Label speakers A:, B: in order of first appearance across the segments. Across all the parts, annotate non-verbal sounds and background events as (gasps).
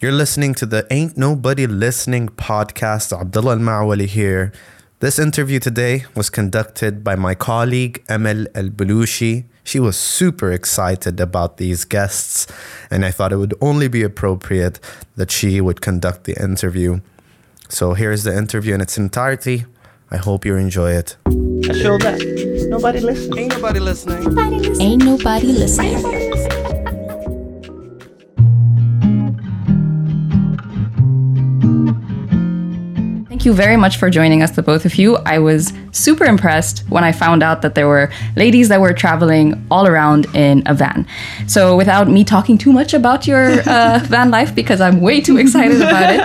A: You're listening to the Ain't Nobody Listening podcast. Abdullah Al Ma'wali here. This interview today was conducted by my colleague Emel Al Belushi. She was super excited about these guests, and I thought it would only be appropriate that she would conduct the interview. So here's the interview in its entirety. I hope you enjoy it.
B: Show that. Nobody listening.
A: Ain't nobody listening.
C: Ain't nobody listening.
D: Thank you very much for joining us, the both of you. I was super impressed when I found out that there were ladies that were traveling all around in a van. So, without me talking too much about your
C: (laughs)
D: uh, van life, because I'm way too excited about it,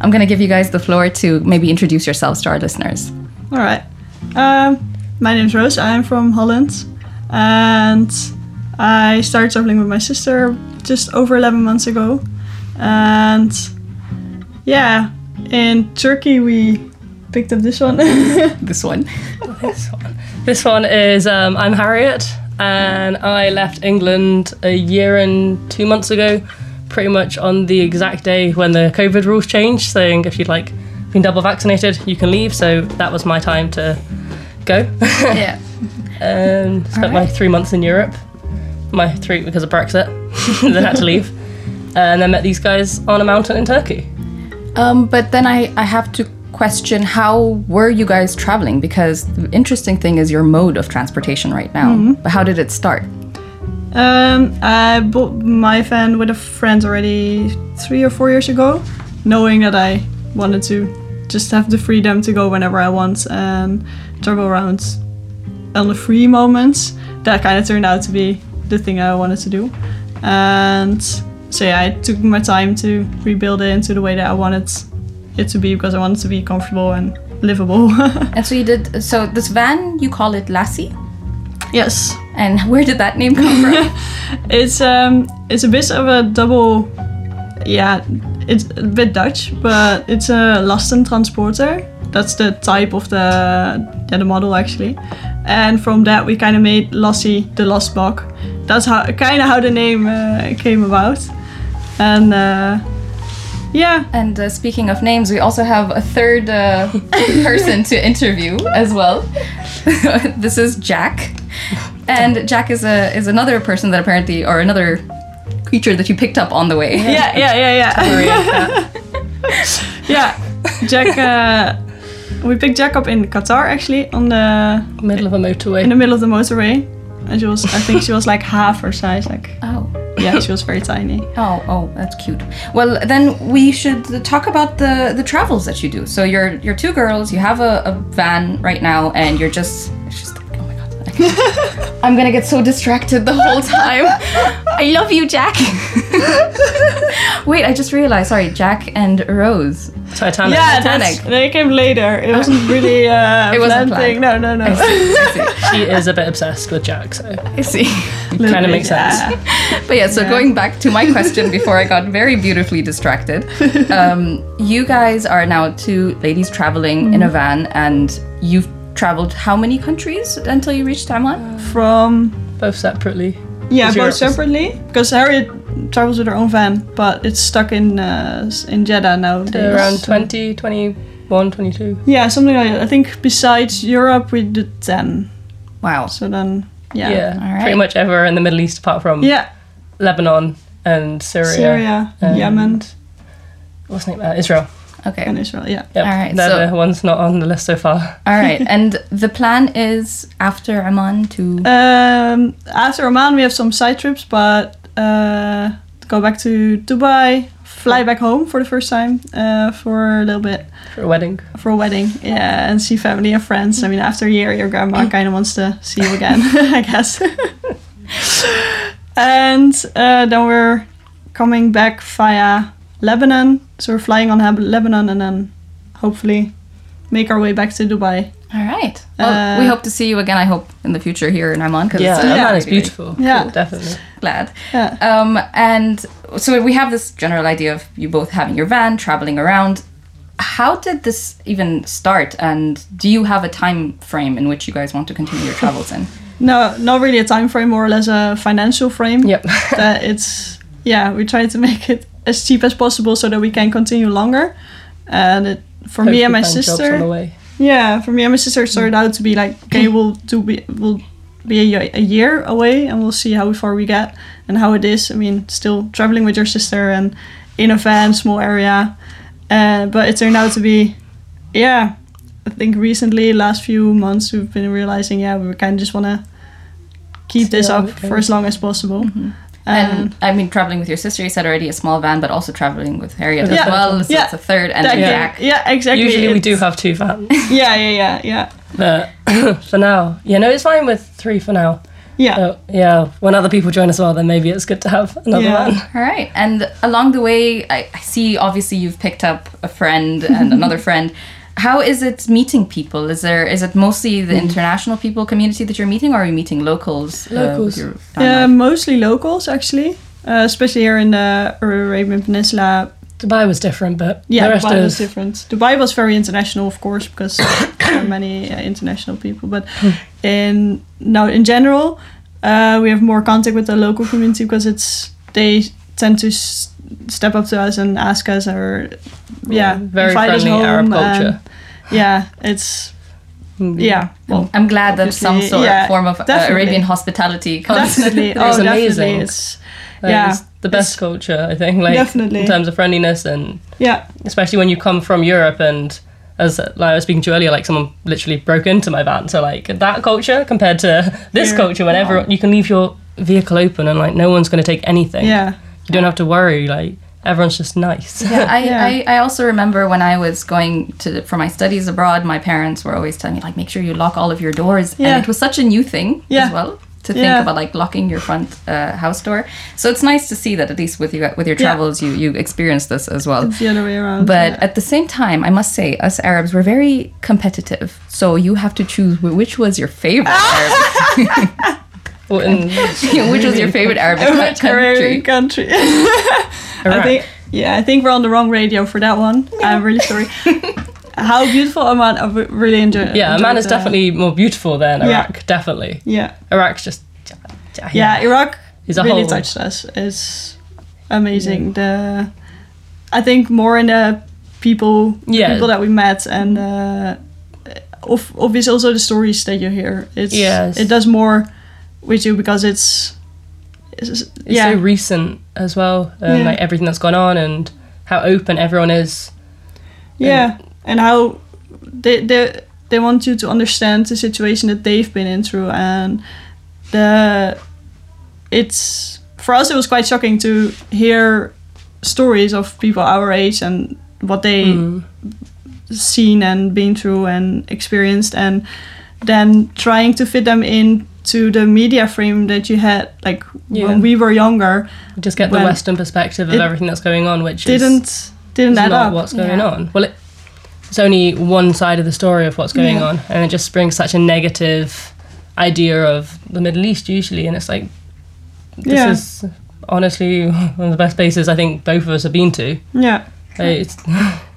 D: I'm going to give you guys the floor to maybe introduce yourselves to our listeners.
E: All right. Um, my name's Rose. I'm from Holland, and I started traveling with my sister just over 11 months ago. And yeah, in Turkey we picked up this one. (laughs)
C: (laughs)
D: This one.
F: This one is um, I'm Harriet, and I left England a year and two months ago, pretty much on the exact day when the COVID rules changed, saying if you'd like been double vaccinated, you can leave. So that was my time to go (laughs)
D: Yeah.
F: and spent my
D: Alright.
F: three months in Europe. My three because of Brexit, (laughs) then had to leave, and then met these guys on a mountain in Turkey.
D: Um, but then I, I have to question how were you guys traveling? Because the interesting thing is your mode of transportation right now. But how did it start?
E: um, I bought my van with a friend already three or four years ago, knowing that I wanted to just have the freedom to go whenever I want and travel around on the free moments that kind of turned out to be the thing I wanted to do. And so yeah, I took my time to rebuild it into the way that I wanted it to be because I wanted to be comfortable and livable. (laughs)
D: And so you did. So this van, you call it Lassie,
E: yes,
D: and (laughs) where did that name come from?
E: it's um, it's a bit of a double. Yeah, it's a bit Dutch, but it's a lastentransporter. That's the type of the yeah, the model actually. And from that, we kind of made Lassie the last bug. That's how kind of how the name uh, came about. And uh, yeah,
D: and uh, speaking of names, we also have a third uh, person to interview as well. (laughs) this is Jack, and Jack is a is another person that apparently, or another creature that you picked up on the way.
E: yeah, yeah, yeah, yeah. (laughs) yeah, Jack. Uh, we picked Jack up in Qatar actually on the
F: Middle of a motorway.
E: in the middle of the motorway, and she was I think she was like half her size. Like
D: Oh.
E: yeah, she was very tiny.
D: Oh, oh, that's cute. Well, then we should talk about the the travels that you do. So you're you're two girls. You have a, a van right now, and you're just. It's just oh my god. I'm gonna get so distracted the whole time. I love you, Jack. (laughs) Wait, I just realized. Sorry, Jack and Rose.
F: Titanic.
E: (laughs) Yeah,
D: Titanic.
E: that's, they came later. It wasn't really uh,
D: It wasn't
E: planned thing. No, no, no.
D: I see. I
F: She is a bit obsessed with Jack, so
D: see. I see.
F: kind of makes sense.
E: Yeah.
D: But yeah, so going back to my question before I got very beautifully distracted, um, you guys are now two ladies traveling in a van, and you've traveled how many countries until you reached
E: Uh,
D: Taiwan?
E: From
F: Both separately.
E: yeah,
F: Is
E: both
F: yours-
E: separately because Harriet travels with her own van, but it's stuck in uh, s- in Jeddah nowadays.
F: They're around 20, 21, 22.
E: Yeah, something like that. I think besides Europe, we did ten.
D: Wow.
E: So then yeah,
F: Yeah,
D: All right.
F: pretty much everywhere in the Middle East apart from
E: yeah,
F: Lebanon and Syria.
E: Syria,
F: Um,
E: Yemen,
F: What's the name? Uh, Israel.
D: Okay.
E: and Israel. Yeah.
F: Yep.
D: All right,
F: They're
D: so-
F: the ones not on the list so far.
D: All right. And the plan is after Amman to.
E: Um, after Oman, we have some side trips, but uh, go back to Dubai, fly back home for the first time uh, for a little bit
F: For a wedding.
E: for a wedding, yeah, and see family and friends. I mean, after a year, your grandma kind of wants to see you again, (laughs) I guess. and uh, then we're coming back via Lebanon, so we're flying on Heb- Lebanon, and then hopefully make our way back to Dubai.
D: All right. Well,
E: Uh,
D: we hope to see you again. I hope in the future here in Amman because
F: Yeah,
D: it's,
F: Oman
D: uh,
F: is
D: really
F: beautiful.
E: Yeah.
F: Cool, definitely.
D: Glad.
E: Yeah.
D: Um, and so we have this general idea of you both having your van, traveling around. How did this even start? And do you have a time frame in which you guys want to continue your travels in?
E: No, not (laughs) really a time frame, more or less a financial frame.
F: Yep.
E: that it's yeah we try to make it as cheap as possible so that we can continue longer. And it, for me and my
F: Hopefully find jobs on the
E: sister,
F: way.
E: yeah, for me and my sister, it started out to be like, okay, we'll do be we'll be a, y- a year away and we'll see how far we get and how it is. I mean, still traveling with your sister and in a van, small area, uh, but it turned out to be, yeah. I think recently, last few months, we've been realizing, yeah, we kind of just want to keep
F: See
E: this
F: how
E: up
F: it
E: for as long as possible. (laughs) Um,
D: And I mean, traveling with your sister, you said already a small van, but also traveling with Harriet
E: Yeah.
D: as well. So
E: Yeah.
D: it's a third and
E: That
D: then
E: can-
D: Jack.
E: Yeah, exactly.
F: Usually we do
E: It's-
F: have two
E: (laughs)
F: fans,
E: Yeah, yeah, yeah, yeah.
F: but (coughs) for now, yeah, no, it's fine with three for now.
E: Yeah.
F: So, yeah, when other people join as well, then maybe it's good to have another
E: Yeah.
F: one.
D: All right. And along the way, I, I see obviously you've picked up a friend
E: (laughs)
D: and another friend. How is it meeting people? Is there is it mostly
E: Mm.
D: the international people community that you're meeting, or are you meeting locals? uh, with
F: Locals.
D: your van
E: yeah,
D: life?
E: Eh, mostly locals actually, uh, especially here in eh, the Arabian Peninsula.
F: Dubai was different, but
E: Yeah,
F: the rest
E: Dubai was
F: is
E: different. Dubai was very international, of course, because there are many uh, international people. But
F: Hmm.
E: in now in general, uh, we have more contact with the local community because it's they tend to s- step up to us and ask us or yeah,
F: very
E: invite us
F: friendly Arab
E: home, and
F: culture. Hmm.
E: yeah, it's yeah. Well,
D: I'm glad that some
E: obviously,
D: sort
E: yeah,
D: of form of uh,
E: definitely.
D: Arabian hospitality comes.
F: (laughs)
E: definitely.
D: (laughs)
F: It
E: oh,
F: is
E: definitely.
F: amazing.
E: It's
F: That
E: yeah,
F: is the best
E: It's-
F: culture, I think. Like
E: Definitely.
F: in terms of friendliness and
E: yeah,
F: especially when you come from Europe and as like, I was speaking to earlier, like someone literally broke into my van. So like that culture compared to (laughs) this
E: Yeah.
F: culture, whenever you can leave your vehicle open and like no one's going to take anything.
E: yeah,
F: You don't have to worry. Like everyone's just nice.
E: (laughs)
D: yeah, I,
E: Yeah.
D: I, I also remember when I was going to for my studies abroad, my parents were always telling me like make sure you lock all of your doors,
E: Yeah.
D: and it was such a new thing
E: Yeah.
D: as well to think
E: Yeah.
D: about like locking your front uh, house door. So it's nice to see that at least with you with your
E: Yeah.
D: travels you you experienced this as well.
E: it's the other way around.
D: But
E: yeah.
D: at the same time, I must say, us Arabs were very competitive. So you have to choose wh- which was
E: (laughs)
D: your favorite Arab,
F: (laughs)
D: (laughs)
F: Well, in
D: which was your favorite Arabic co-
E: Which
D: country.
E: Arabian country? (laughs) I think yeah, I think we're on the wrong radio for that one. I'm really
F: (laughs)
E: sorry. How beautiful Amman! I re- really enjoy.
F: yeah, Amman
E: enjoyed
F: is
E: the-
F: definitely more beautiful than
E: Yeah.
F: Iraq. Definitely,
E: Yeah,
F: Iraq's just
E: yeah. Iraq
F: Is a
E: really
F: whole-
E: touched us. It's amazing. The I think more in the people,
F: Yeah.
E: people that we met, and uh, of obviously also the stories that you hear. It's
F: Yes.
E: it does more with you because it's, it's
F: it's
E: yeah
F: so recent as well, and
E: Yeah.
F: like everything that's gone on and how open everyone is.
E: yeah and how they they they want you to understand the situation that they've been in through and the it's for us it was quite shocking to hear stories of people our age and what they
F: Mm.
E: seen and been through and experienced and then trying to fit them in to the media frame that you had like
F: Yeah.
E: when we were younger
F: Just get the
E: Well,
F: Western perspective of
E: it
F: everything that's going on, which is-
E: didn't didn't
F: is
E: add
F: not
E: up
F: what's going
D: Yeah.
F: on. Well, it, it's only one side of the story of what's going
E: Yeah.
F: on, and it just brings such a negative idea of the Middle East usually, and it's like this
E: Yeah.
F: is honestly one of the best places I think both of us have been to.
E: yeah
F: Like, it's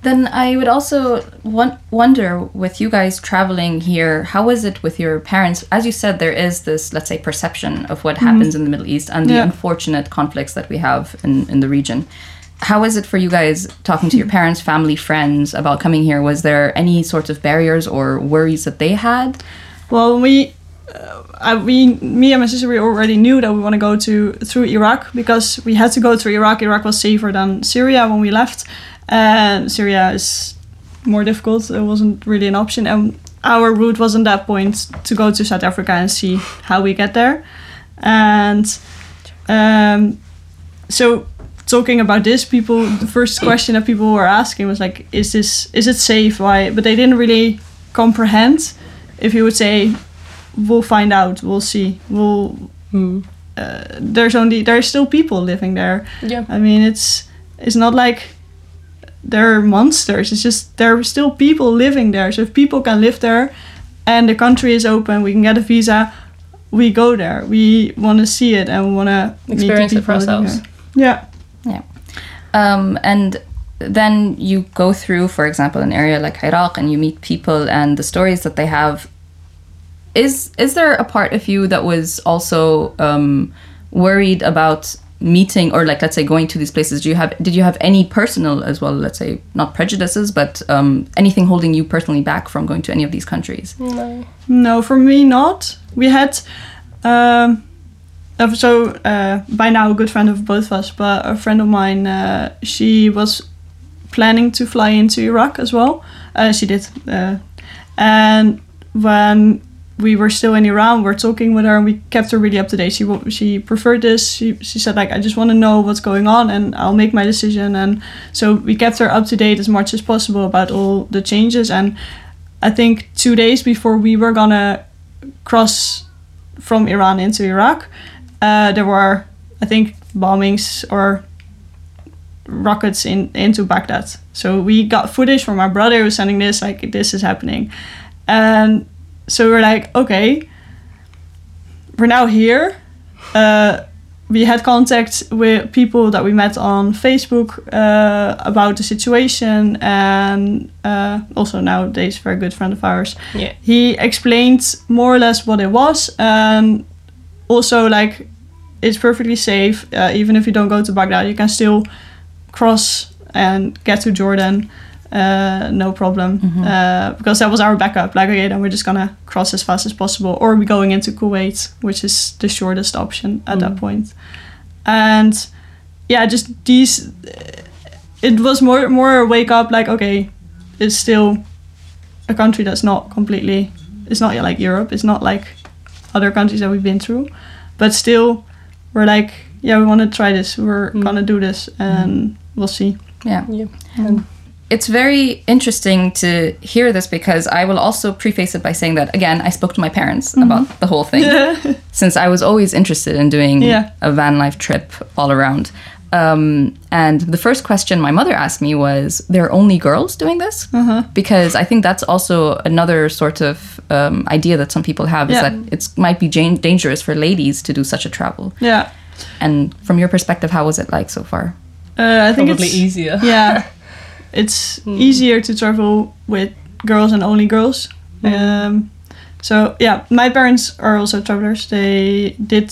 D: Then I would also won- wonder, with you guys traveling here, how was it with your parents? As you said, there is this, let's say, perception of what happens in the Middle East and the
E: Yeah.
D: unfortunate conflicts that we have in, in the region. How is it for you guys talking to your parents, family, friends about coming here? Was there any sorts of barriers or worries that they had?
E: Well, we, uh, I, we, me and my sister, we already knew that we want to go to through Iraq because we had to go through Iraq. Iraq was safer than Syria when we left, and Syria is more difficult. It wasn't really an option, and our route wasn't that point to go to South Africa and see how we get there, and um, so talking about this people the first question that people were asking was like is this is it safe why but they didn't really comprehend if you would say we'll find out we'll see we'll
F: Hmm.
E: uh, there's only there's still people living there
F: Yeah.
E: (laughs) i mean it's it's not like they're monsters it's just there are still people living there so if people can live there and the country is open we can get a visa we go there we want to see it and we want to
F: Experience it for ourselves.
E: yeah
D: Yeah. Um, and then you go through, for example, an area like Iraq and you meet people and the stories that they have. Is is there a part of you that was also um, worried about meeting or like let's say going to these places do you have did you have any personal as well let's say not prejudices but um, anything holding you personally back from going to any of these countries
E: No, for me not. We had, um, uh, so uh, by now a good friend of both of us, but a friend of mine, uh, she was planning to fly into Iraq as well. Uh, she did, uh, and when we were still in Iran, we were talking with her, and we kept her really up to date. She wa- she preferred this. She she said like I just want to know what's going on, and I'll make my decision. And so we kept her up to date as much as possible about all the changes and. I think two days before we were gonna cross from Iran into Iraq, uh, there were I think bombings or rockets in into Baghdad. So we got footage from my brother who was sending this like this is happening, and so we we're like okay, we're now here. Uh, we had contact with people that we met on Facebook uh, about the situation, and uh, also nowadays a very good friend of ours.
F: Yeah.
E: He explained more or less what it was, and also like it's perfectly safe. Uh, even if you don't go to Baghdad, you can still cross and get to Jordan, uh, no problem. Uh, because that was our backup. Like okay, then we're just gonna cross as fast as possible, or we're going into Kuwait, which is the shortest option at that point. And yeah, just these. It was more more a wake up. Like okay, it's still a country that's not completely. It's not like Europe. It's not like other countries that we've been through, but still, we're like, yeah, we want to try this. We're gonna do this, and we'll see.
D: yeah
F: Yeah. And
D: it's very interesting to hear this because I will also preface it by saying that again I spoke to my parents about the whole thing since I was always interested in doing
E: Yeah.
D: a van life trip all around. Um, and the first question my mother asked me was, "There are only girls doing this?" Because I think that's also another sort of um, idea that some people have is
E: Yeah.
D: that it might be jan- dangerous for ladies to do such a travel.
E: Yeah,
D: And from your perspective, how was it like so far?
E: uh, I
F: (laughs)
E: think
F: probably
E: it's
F: easier.
E: (laughs) yeah, it's easier to travel with girls and only girls. Um, so yeah, my parents are also travelers. They did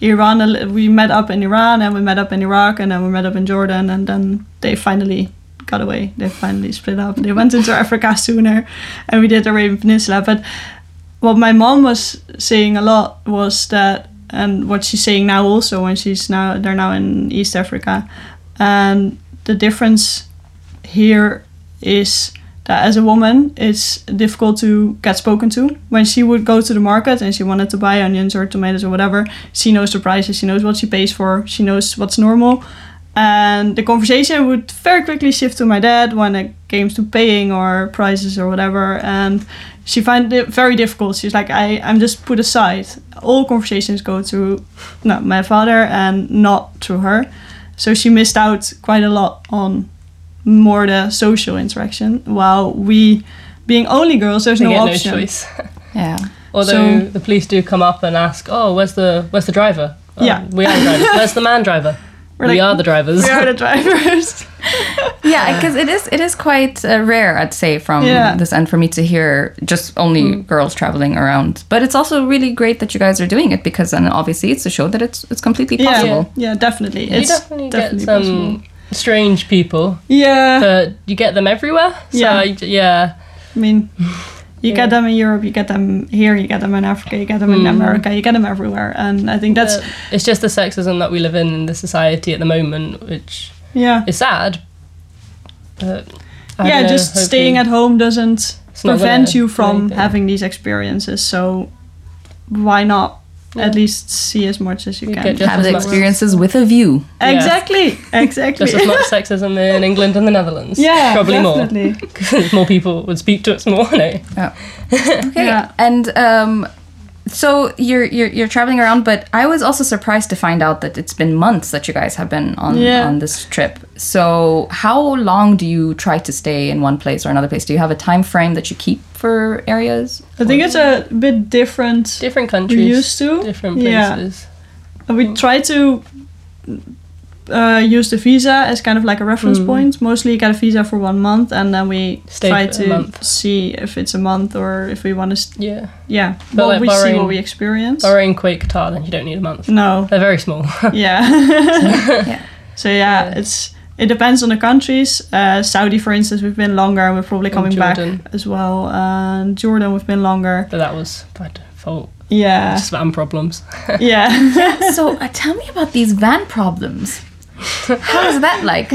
E: Iran. a li- We met up in Iran, and we met up in Iraq, and then we met up in Jordan, and then they finally got away. They finally split up. They went into Africa sooner, and we did the Arabian Peninsula. But what my mom was saying a lot was that, and what she's saying now also when she's now they're now in East Africa, and the difference here is that as a woman it's difficult to get spoken to when she would go to the market and she wanted to buy onions or tomatoes or whatever she knows the prices she knows what she pays for she knows what's normal and the conversation would very quickly shift to my dad when it came to paying or prices or whatever and she found it very difficult she's like I, i'm just put aside all conversations go through not my father and not through her so she missed out quite a lot on more the social interaction. While we, being only girls, there's
F: They
E: no
F: get no
E: option.
F: choice. (laughs)
D: Yeah.
F: Although the police do come up and ask, "Oh, where's the where's the driver?" Oh,
E: Yeah.
F: we are the drivers. Where's the man driver?
E: (laughs) We're
F: we
E: like,
F: are the drivers.
E: (laughs) We are the
F: (laughs)
E: drivers.
D: yeah because it is it is quite uh, rare i'd say from
E: Uh, Yeah. Hmm.
D: this end for me to hear just only girls traveling around but it's also really great that you guys are doing it because then obviously it's to show that it's it's completely
E: yeah,
D: possible
E: yeah, definitely.
F: you
E: it's
F: definitely,
E: definitely,
F: get some Uh,
E: possible.
F: strange people,
E: Yeah,
F: but you get them everywhere. So
E: Yeah.
F: you- yeah.
E: I
F: (laughs)
E: mean, you get them in Europe, you get them here, you get them in Africa, you get them
F: Mm.
E: in America, you get them everywhere, and I think that's
F: Uh, it's just the sexism that we live in in the society at the moment, which
E: yeah,
F: is sad. But I
E: yeah.
F: dunno,
E: just
F: hopefully-
E: staying at home doesn't
F: It's not
E: prevent
F: gonna
E: you
F: do
E: from
F: anything.
E: having these experiences. So why not? At least see as much as you,
F: You
E: can.
F: get just
D: have the
F: as much-
D: experiences with a view
F: Yeah.
E: Exactly, exactly.
F: (laughs) Just
E: (laughs)
F: as much sexism in England and the Netherlands.
E: Yeah,
F: probably
E: definitely.
F: more. 'Cause (laughs) more people would speak to us more. (laughs) No.
D: okay
E: Yeah.
D: and um so you're, you're you're traveling around but i was also surprised to find out that it's been months that you guys have been on
E: Yeah.
D: on this trip so how long do you try to stay in one place or another place do you have a time frame that you keep for areas
E: I think it's a bit different.
F: Different
E: we
F: countries,
E: used to.
F: different
E: Yeah.
F: places.
E: And We try to uh, uh, used a visa as kind of like a reference point. Mostly, you get a visa for one month, and then we
F: Mm. Stay
E: try
F: for a
E: to
F: month.
E: see if it's a month or if we want to. St-
F: Yeah.
E: yeah,
F: But
E: well,
F: like
E: we see
F: Bahrain-
E: what we experience.
F: Bahrain, Kuwait, Qatar, then you don't need a
E: (laughs)
F: month. (laughs)
E: No,
F: They're very small. (laughs)
E: yeah.
D: Yeah.
E: So yeah, it's it depends on the countries. Uh, Saudi, for instance, we've been longer, and we're probably coming back
F: Jordan.
E: as well. And Jordan, we've been longer.
F: but that was by default. (laughs)
E: Yeah,
F: Spam problems.
E: yeah. (laughs)
D: so uh, tell me about these van problems. How is that like?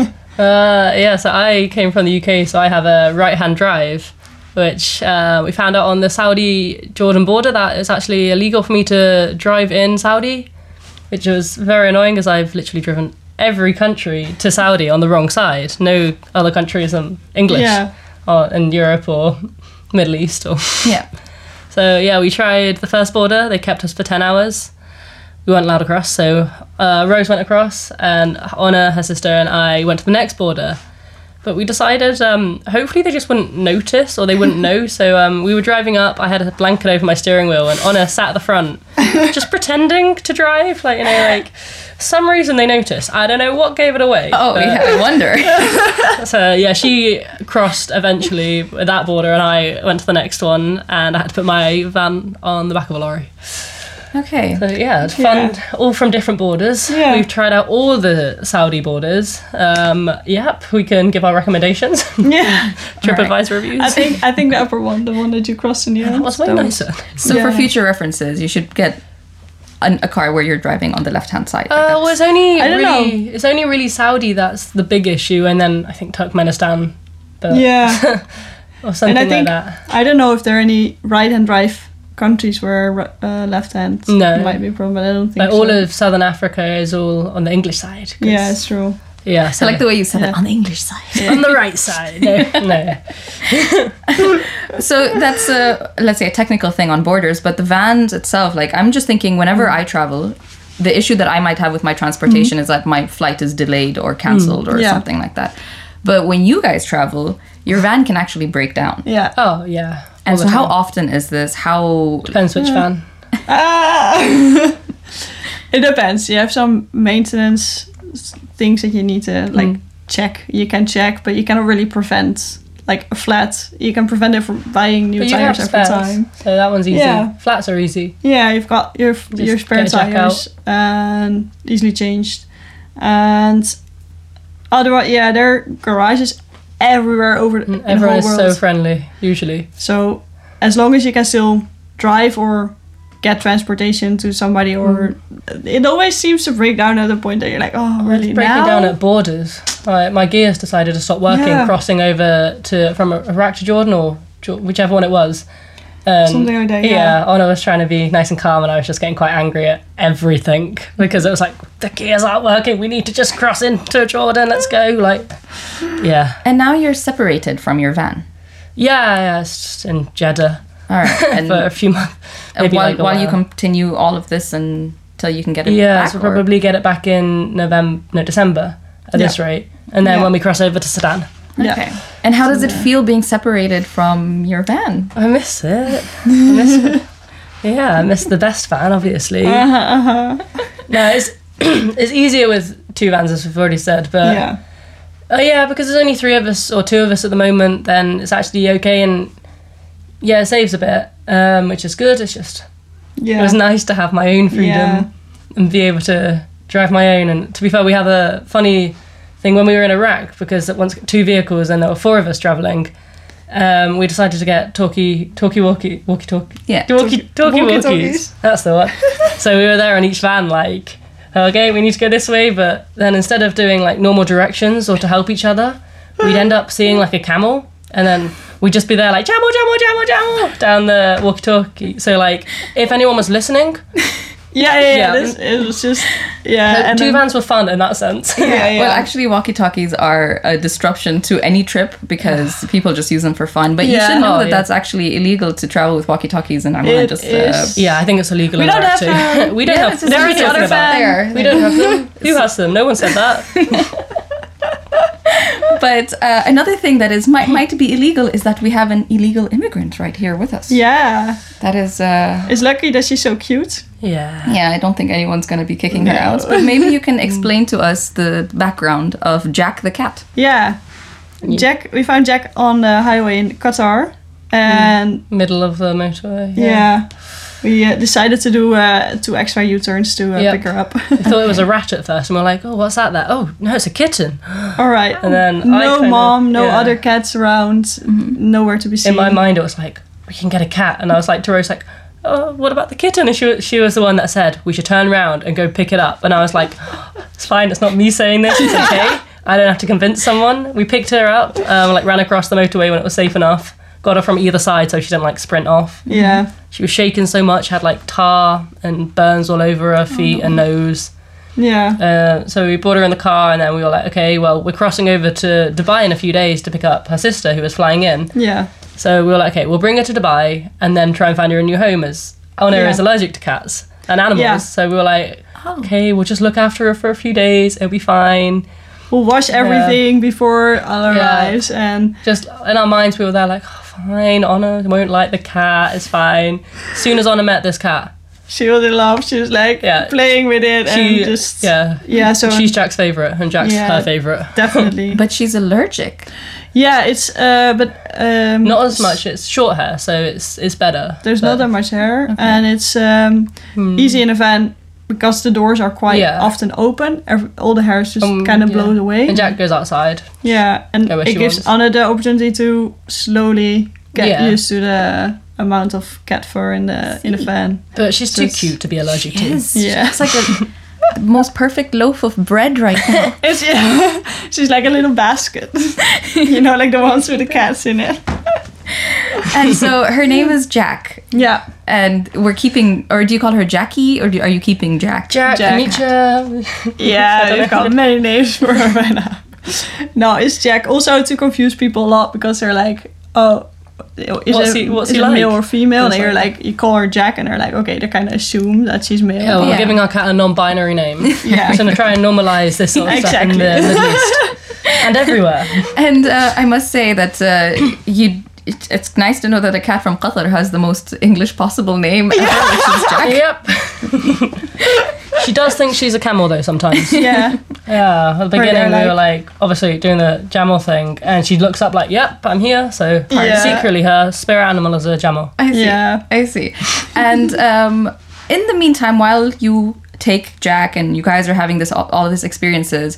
F: Uh, yeah, so I came from the UK, so I have a right hand drive, which uh, we found out on the Saudi Jordan border that it's actually illegal for me to drive in Saudi, which was very annoying because I've literally driven every country to Saudi on the wrong side. No other country is um, English
E: Yeah.
F: or in Europe or Middle East or
D: Yeah.
F: So yeah, we tried the first border. They kept us for ten hours. We weren't allowed across, so uh, Rose went across, and Honor, her sister, and I went to the next border. But we decided, um, hopefully, they just wouldn't notice or they wouldn't know. So um, we were driving up. I had a blanket over my steering wheel, and Honor sat at the front, just pretending to drive. Like you know, like some reason they noticed. I don't know what gave it away.
D: Oh,
F: but-
D: yeah, I wonder.
F: so yeah, she crossed eventually with that border, and I went to the next one, and I had to put my van on the back of a lorry.
D: Okay.
F: So yeah, it's fun. All from different borders.
E: Yeah.
F: We've tried out all the Saudi borders. Um, yep, we can give our recommendations, (laughs)
E: yeah.
F: TripAdvisor reviews. (laughs)
E: I think I think the upper one, the one that you crossed in the
F: that
E: end.
F: was way
E: that
F: nicer.
D: So for
E: Yeah.
D: future references, you should get an, a car where you're driving on the left-hand side. like
F: Uh,
E: Oh,
D: that's-
F: well, it's only
E: I don't
F: really, it's only really Saudi that's the big issue, and then I think Turkmenistan, but, (laughs)
E: Yeah,
F: or
E: and
F: something
E: I think
F: like that.
E: I don't know if there are any right-hand drive countries where uh, left-hand
F: No.
E: might be a problem, but I don't think
F: Like all
E: so.
F: of Southern Africa is all on the English side. 'cause-
E: yeah, it's true.
F: yeah.
D: I
F: So
D: like the way you said it on the English side.
F: on (laughs) the right side. No, no.
D: So that's a let's say a technical thing on borders, but the vans itself, like I'm just thinking, whenever
E: Mm.
D: I travel, the issue that I might have with my transportation is that my flight is delayed or cancelled or
E: Mm. Yeah.
D: something like that. But when you guys travel, your van can actually break down.
E: Yeah.
F: Oh yeah.
D: And
F: All
D: so,
F: the
D: how
F: time.
D: often is this? How
F: Depends which van.
E: Ah! it depends. You have some maintenance s- things that you need to like
F: Hmm.
E: check. You can check, but you cannot really prevent like a flat. You can prevent it from buying new
F: But you have
E: tires every
F: spares,
E: time.
F: so that one's easy.
E: Yeah.
F: Flats are easy.
E: Yeah, you've got your f- your spare
F: get a jack
E: tires and easily changed. And otherwise, yeah, there are garages everywhere over the, in the
F: Everyone
E: whole
F: Mm, is
E: world.
F: so friendly usually.
E: So as long as you can still drive or get transportation to somebody, or
F: Mm.
E: it always seems to break down at the point that you're like, oh, really
F: It's breaking
E: now?
F: down at borders. Like, my gears decided to stop working,
E: Yeah.
F: crossing over to from Iraq to Jordan or Jo- whichever one it was. Um,
E: Something like that, yeah.
F: yeah. Honor was trying to be nice and calm, and I was just getting quite angry at everything because it was like the gears aren't working. We need to just cross into Jordan. Let's go. Like, yeah,
D: and now you're separated from your van.
F: yeah, yeah. It's just in Jeddah.
D: All right, and
F: for a few months.
D: and
F: Maybe
D: while,
F: like a
D: while you
F: while.
D: continue all of this until you can get it
F: yeah,
D: back.
F: so
D: or-
F: we'll probably get it back in November, no December at this
E: Yeah.
F: rate, and then
E: Yeah.
F: when we cross over to Sudan,
E: Yeah.
D: Okay. And how does it feel being separated from your van?
F: I miss it. (laughs) I miss it. Yeah, I miss the best van, obviously. (laughs) no, it's (clears throat) it's easier with two vans, as we've already said, but.
E: Yeah.
F: Oh yeah, because there's only three of us or two of us at the moment, then it's actually okay, and yeah, it saves a bit, um, which is good. It's just
E: Yeah.
F: It was nice to have my own freedom
E: Yeah.
F: and be able to drive my own. And to be fair, we have a funny thing when we were in Iraq because at once two vehicles and there were four of us traveling. Um, we decided to get talkie talkie walkie walkie talkie
D: Yeah.
F: walkie talkie
E: walkie-talkies.
F: walkies. That's the one. so we were there in each van like. "Oh, Okay, we need to go this way, but then instead of doing like normal directions or to help each other, we'd end up seeing like a camel, and then we'd just be there like jammo, jammo, jammo, jammo down the walkie-talkie. So like, if anyone was listening,
E: yeah, yeah, yeah.
F: Yeah.
E: This, it was just, yeah. and
F: two
E: then-
F: vans were fun in that
E: (laughs)
F: sense.
E: yeah, yeah.
D: Well, actually, walkie talkies are a disruption to any trip because people just use them for fun. But you
E: Yeah.
D: should know
F: Oh,
D: that
F: yeah.
D: that's actually illegal to travel with walkie talkies, and I'm gonna
E: It
D: just uh,
E: is-
F: Yeah, I think it's illegal.
E: We
F: in
E: don't
F: Iraq
E: have
F: too.
E: them.
F: (laughs) we don't
D: Yeah,
F: have
D: it's a
F: There is
D: secret
F: talking about.
D: affair.
F: We don't have them. Who has them? No one said that. (laughs)
D: But uh, another thing that is might might be illegal is that we have an illegal immigrant right here with us.
E: yeah.
D: That is. Uh,
E: It's lucky that she's so cute.
F: Yeah.
D: Yeah, I don't think anyone's going to be kicking her out, but maybe
E: (laughs)
D: you
E: Mm.
D: can explain to us the background of Jack the cat.
E: Yeah. Jack, we found Jack on the highway in Qatar, and
F: Middle of the motorway.
E: yeah, we uh, decided to do uh, two extra U-turns to uh,
F: Yep.
E: pick her up. (laughs)
F: I thought it was a rat at first, and we're like, oh, what's that there? Oh, no, it's a kitten.
E: All right.
F: And then I
E: no
F: kind of-
E: mom, no
F: yeah. Mm-hmm.
E: other cats around, nowhere to be seen.
F: In my mind, it was like, we can get a cat. And I was like, to Rose, like, oh, what about the kitten? And she, wa- she was the one that said, we should turn around and go pick it up. And I was like, (gasps) it's fine, it's not me saying this, it's okay. I don't have to convince someone. We picked her up, um, like ran across the motorway when it was safe enough, got her from either side so she didn't like sprint off.
E: Yeah.
F: She was shaking so much, had like tar and burns all over her feet and nose.
E: Yeah.
F: Uh, so we brought her in the car, and then we were like, okay, well, we're crossing over to Dubai in a few days to pick up her sister who was flying in.
E: Yeah.
F: So we were like, okay, we'll bring her to Dubai and then try and find her a new home as Eleanor
E: Yeah.
F: is allergic to cats and animals.
E: Yeah. Oh.
F: So we were like, okay, we'll just look after her for a few days, it'll be fine.
E: We'll wash everything before Allah arrives, and
F: Just in our minds, we were there like, oh, fine, Honor won't like the cat, it's fine. As soon as Honor met this cat,
E: she was in love. She was like
F: Yeah.
E: playing with it
F: she,
E: and just
F: yeah,
E: yeah. So
F: she's Jack's favourite and Jack's
E: Yeah.
F: her favourite. (laughs)
E: definitely
D: But she's allergic.
E: yeah. It's uh, but um,
F: Not as much, it's short hair, so it's, it's better.
E: There's
F: but-
E: not
F: Hmm.
E: that much hair, and it's um, easy in a van because the doors are quite
F: Yeah.
E: often open. Ev all the hair is just
F: Um,
E: kind of
F: yeah.
E: blown away.
F: And Jack goes outside.
E: yeah, and
F: Go where
E: it
F: she
E: gives
F: wants.
E: Anna the opportunity to slowly get
F: Yeah.
E: used to the amount of cat fur in the in the
F: (laughs)
E: van.
F: But she's too
E: Just-
F: cute to be allergic to.
E: Yeah.
D: It's like a
E: (laughs)
D: the most perfect loaf of bread right now.
E: It's, (laughs) she's like a little basket, (laughs) you know, like the ones with the cats in it.
D: and so her name is Jack.
E: Yeah,
D: And we're keeping, or do you call her Jackie, or do, are you keeping (laughs) Jack?
F: Jack,
E: Jack.
F: Nietzsche. (laughs)
E: yeah,
F: I don't
E: they've
F: know.
E: got many (laughs) names for her by now. No, it's Jack. Also, to confuse people a lot because they're like, oh. Is
F: What's
E: it,
F: he- what's
E: is
F: he
E: it
F: like?
E: male or female?
F: It's
E: And you're
F: like-
E: like, you call her Jack, and they're like, okay, they kind of assume that she's male.
F: Yeah, we're
D: Yeah.
F: giving our cat a non-binary name.
E: Yeah.
F: We're going to try and normalize this sort of
E: Exactly.
F: stuff in the Middle East and everywhere.
D: And uh, I must say that uh, you. It, it's nice to know that a cat from Qatar has the most English possible name, ever, which is
E: (laughs)
D: Jack.
F: yep. (laughs) she does think she's a camel though
E: (laughs)
F: sometimes.
E: Yeah,
F: Yeah. At the
E: Or they're
F: beginning we were
E: like-
F: like obviously doing the jamal thing and she looks up like, "Yep, I'm here." So apparently
E: Yeah.
F: secretly her spirit animal is a jamal.
D: I see.
F: (laughs)
E: Yeah.
D: I see. And um, in the meantime, while you take Jack and you guys are having this all, all of these experiences,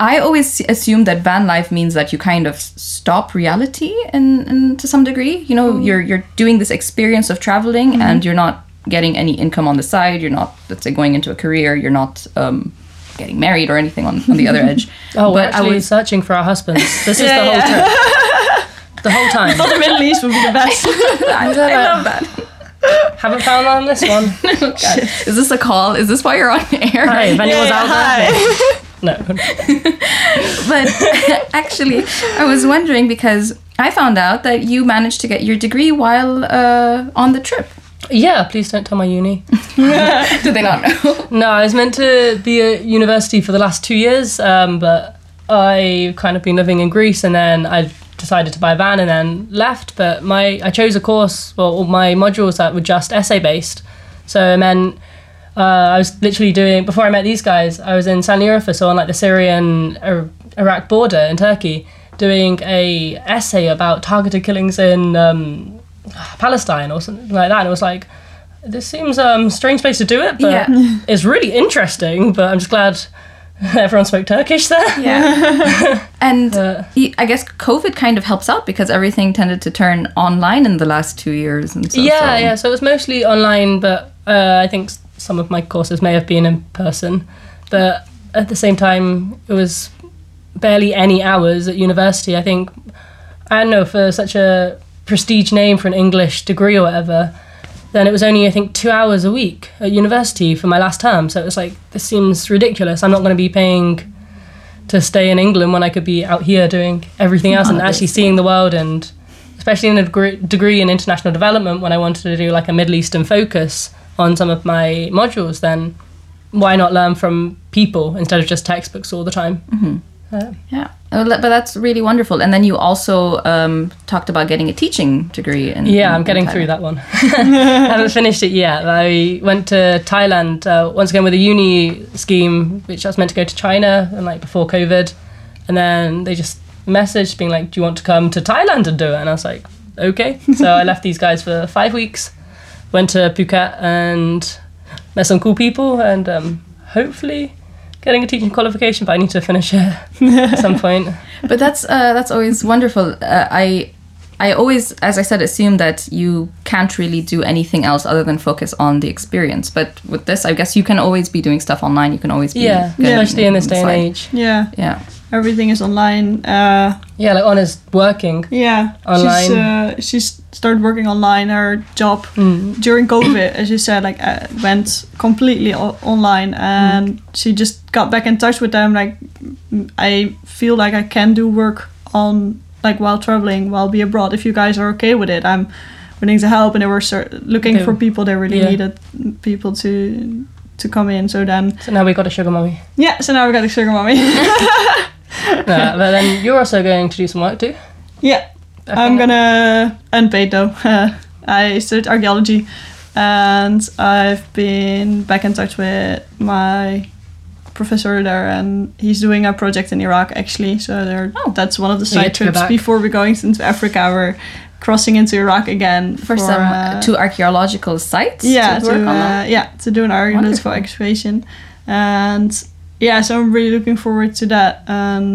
D: I always s- assume that van life means that you kind of s- stop reality and, and to some degree, you know, you're you're doing this experience of traveling and you're not getting any income on the side. You're not, let's say, going into a career. You're not um, getting married or anything on, on the other edge.
F: Oh, we're
D: but I
F: actually
D: was
F: searching for our husbands. This is
E: Yeah,
F: the whole trip. the whole time.
E: the Middle East would be the
F: (laughs)
E: best.
D: I love that.
F: Haven't found on this one.
D: (laughs) Is this a call? Is this why you're on air?
F: Hi, if anyone's out there. (laughs) No.
D: but (laughs) actually, I was wondering because I found out that you managed to get your degree while uh, on the
F: (laughs)
D: trip.
F: Yeah, please don't tell my uni.
D: Do they not know?
F: No, I was meant to be at university for the last two years, um, but I've kind of been living in Greece, and then I decided to buy a van, and then left. But my I chose a course, well, all my modules that were just essay based. So I meant uh, I was literally doing before I met these guys. I was in San Urfa, so on like the Syrian Ir- Iraq border in Turkey, doing a essay about targeted killings in um, Palestine or something like that. And it was like. This seems um strange place to do it, but
D: Yeah.
F: it's really interesting, but I'm just glad (laughs) everyone spoke Turkish there.
D: (laughs) Yeah.
F: (laughs)
D: and
F: Uh.
D: y- I guess COVID kind of helps out because everything tended to turn online in the last two years, and so
F: yeah,
D: so-
F: yeah. So it was mostly online, but uh, I think s- some of my courses may have been in person. But at the same time, it was barely any hours at university. I think I don't know for such a prestige name for an English degree or whatever. Then it was only I think two hours a week at university for my last term. So it was like this seems ridiculous. I'm not going to be paying to stay in England when I could be out here doing everything else and actually seeing the world and especially in a degree, degree in international development when I wanted to do like a Middle Eastern focus on some of my modules, then why not learn from people instead of just textbooks all the time? Mm-hmm.
D: Yeah. Uh, But that's really wonderful. And then you also um, talked about getting a teaching degree. In,
F: Yeah,
D: in-
F: I'm
D: in
F: getting
D: Thailand.
F: through that one. (laughs) haven't finished it yet. I went to Thailand uh, once again with a uni scheme, which I was meant to go to China and like before COVID, and then they just messaged being like, "Do you want to come to Thailand and do it?" And I was like, "Okay." so I left these guys for five weeks, went to Phuket and met some cool people, and um, hopefully getting a teaching qualification. But I need to finish it at some point.
D: But that's uh, that's always wonderful. Uh, I I always, as I said, assume that you can't really do anything else other than focus on the experience. But with this, I guess you can always be doing stuff online. You can always be
F: Yeah,
D: getting
F: especially in this day and
D: inside.
F: age.
E: Yeah,
D: Yeah.
E: everything is online. Uh,
F: Yeah, like honest working.
E: yeah,
F: Online.
E: She's, uh, she s- started working online. Her job
F: Mm.
E: during COVID, as you said, like uh, went completely o- online,
F: Mm.
E: and she just got back in touch with them. Like m- I feel like I can do work on like while traveling, while be abroad. If you guys are okay with it, I'm willing to help. And they were cer- looking
F: They-
E: for people. They really
F: yeah.
E: needed people to to come in. So then,
F: So now we got a sugar mummy.
E: yeah. So now we got a sugar mommy. (laughs)
F: No, Uh, but then you're also going to do some work too.
E: yeah. I'm gonna unpaid though. Uh, (laughs) I studied archaeology, and I've been back in touch with my professor there, and he's doing a project in Iraq actually. So there,
D: Oh.
E: that's one of the
F: get
E: side
F: to go
E: trips
F: back.
E: before we're going into Africa. We're crossing into Iraq again
D: For some uh,
E: uh,
D: two archaeological sites.
E: yeah
D: to work on that.
E: uh, yeah to do an archaeological
D: Wonderful.
E: excavation, and yeah, so I'm really looking forward to that. Um,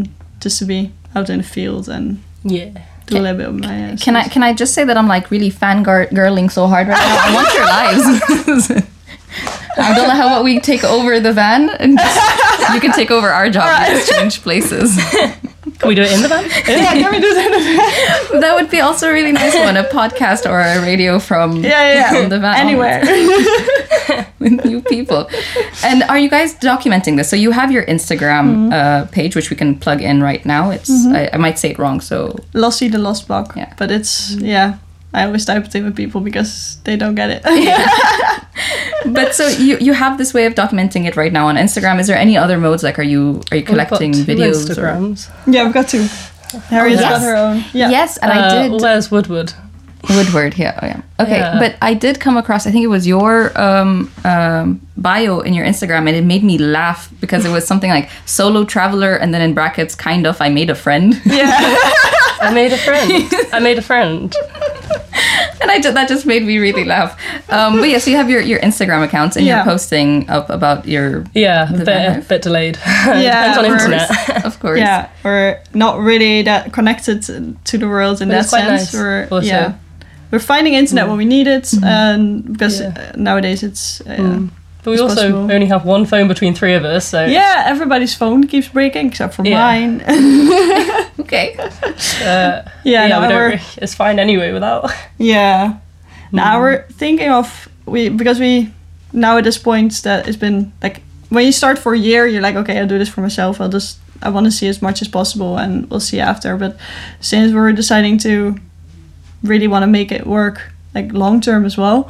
E: just to be out in the field and
F: Yeah.
E: do a little bit of my uh,
D: Can I can I just say that I'm like really fangirling so hard right now? I want your lives. (laughs) I don't know how about we take over the van (laughs) and just, you can take over our job. We just change places.
F: Can we do it in the van?
E: yeah, can we do that?
D: (laughs) that would be also a really nice one, a podcast or a radio from
E: Yeah,
F: (laughs)
E: yeah, yeah.
D: from the van
E: Anywhere.
D: with new people. And are you guys documenting this? So you have your
E: Mm-hmm.
D: Instagram uh, page, which we can plug in right now. It's I, I might say it wrong, so
E: Lossy the Lost Block.
D: Yeah.
E: But it's, yeah. I always type it in with people because they don't get it.
D: but so you you have this way of documenting it right now on Instagram. Is there any other modes? Like, are you are you (laughs) collecting
F: We've got two
D: videos? or-
F: Instagrams.
E: (laughs) yeah, I've got two.
F: Oh,
E: Harriet's
D: yes.
E: got her own. Yeah.
D: Yes, and I
F: Uh,
D: did
F: where's Woodward?
D: Woodward. Yeah, oh, yeah. Okay,
F: Yeah.
D: but I did come across. I think it was your um, um, bio in your Instagram, and it made me laugh because it was something like solo traveler, and then in brackets, kind of. I made a
E: (laughs)
D: friend,
F: I made a friend. I made a
D: (laughs)
F: friend.
D: and I ju- that just made me really laugh. Um, but yeah, so you have your your Instagram accounts, and
E: Yeah.
D: you're posting up about
E: (laughs)
D: your
F: Yeah, a
D: The
F: bit,
D: van
F: a
D: life.
F: bit delayed. (laughs)
E: Yeah,
F: Depends on
E: we're-
F: internet.
D: of course.
E: Yeah. We're not really that connected to the world in
F: But
E: that
F: it's quite
E: sense.
F: nice
E: We're,
F: also.
E: yeah. We're finding internet when we need it, and because
F: Yeah. Mm.
E: uh, nowadays it's uh,
F: But we
E: It's
F: also
E: possible.
F: only have one phone between three of us, so
E: yeah, everybody's phone keeps breaking except for
F: Yeah.
E: mine. (laughs)
D: Okay.
F: uh,
E: yeah,
F: yeah,
E: now
F: we don't
E: we're-
F: really- it's fine anyway
E: (laughs)
F: without.
E: Yeah.
F: Mm-hmm.
E: Now we're thinking of we because we now at this point that it's been like when you start for a year you're like okay I'll do this for myself I'll just I want to see as much as possible and we'll see after but since we're deciding to really want to make it work like long term as well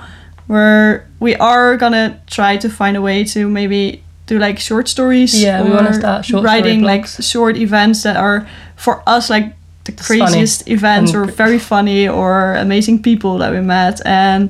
E: we're we are gonna try to find a way to maybe do like short stories
F: Yeah, we wanna
E: or
F: start short story
E: writing like
F: blogs.
E: short events that are for us like the
F: funny.
E: craziest events
F: And
E: or
F: cr-
E: very funny or amazing people that we met and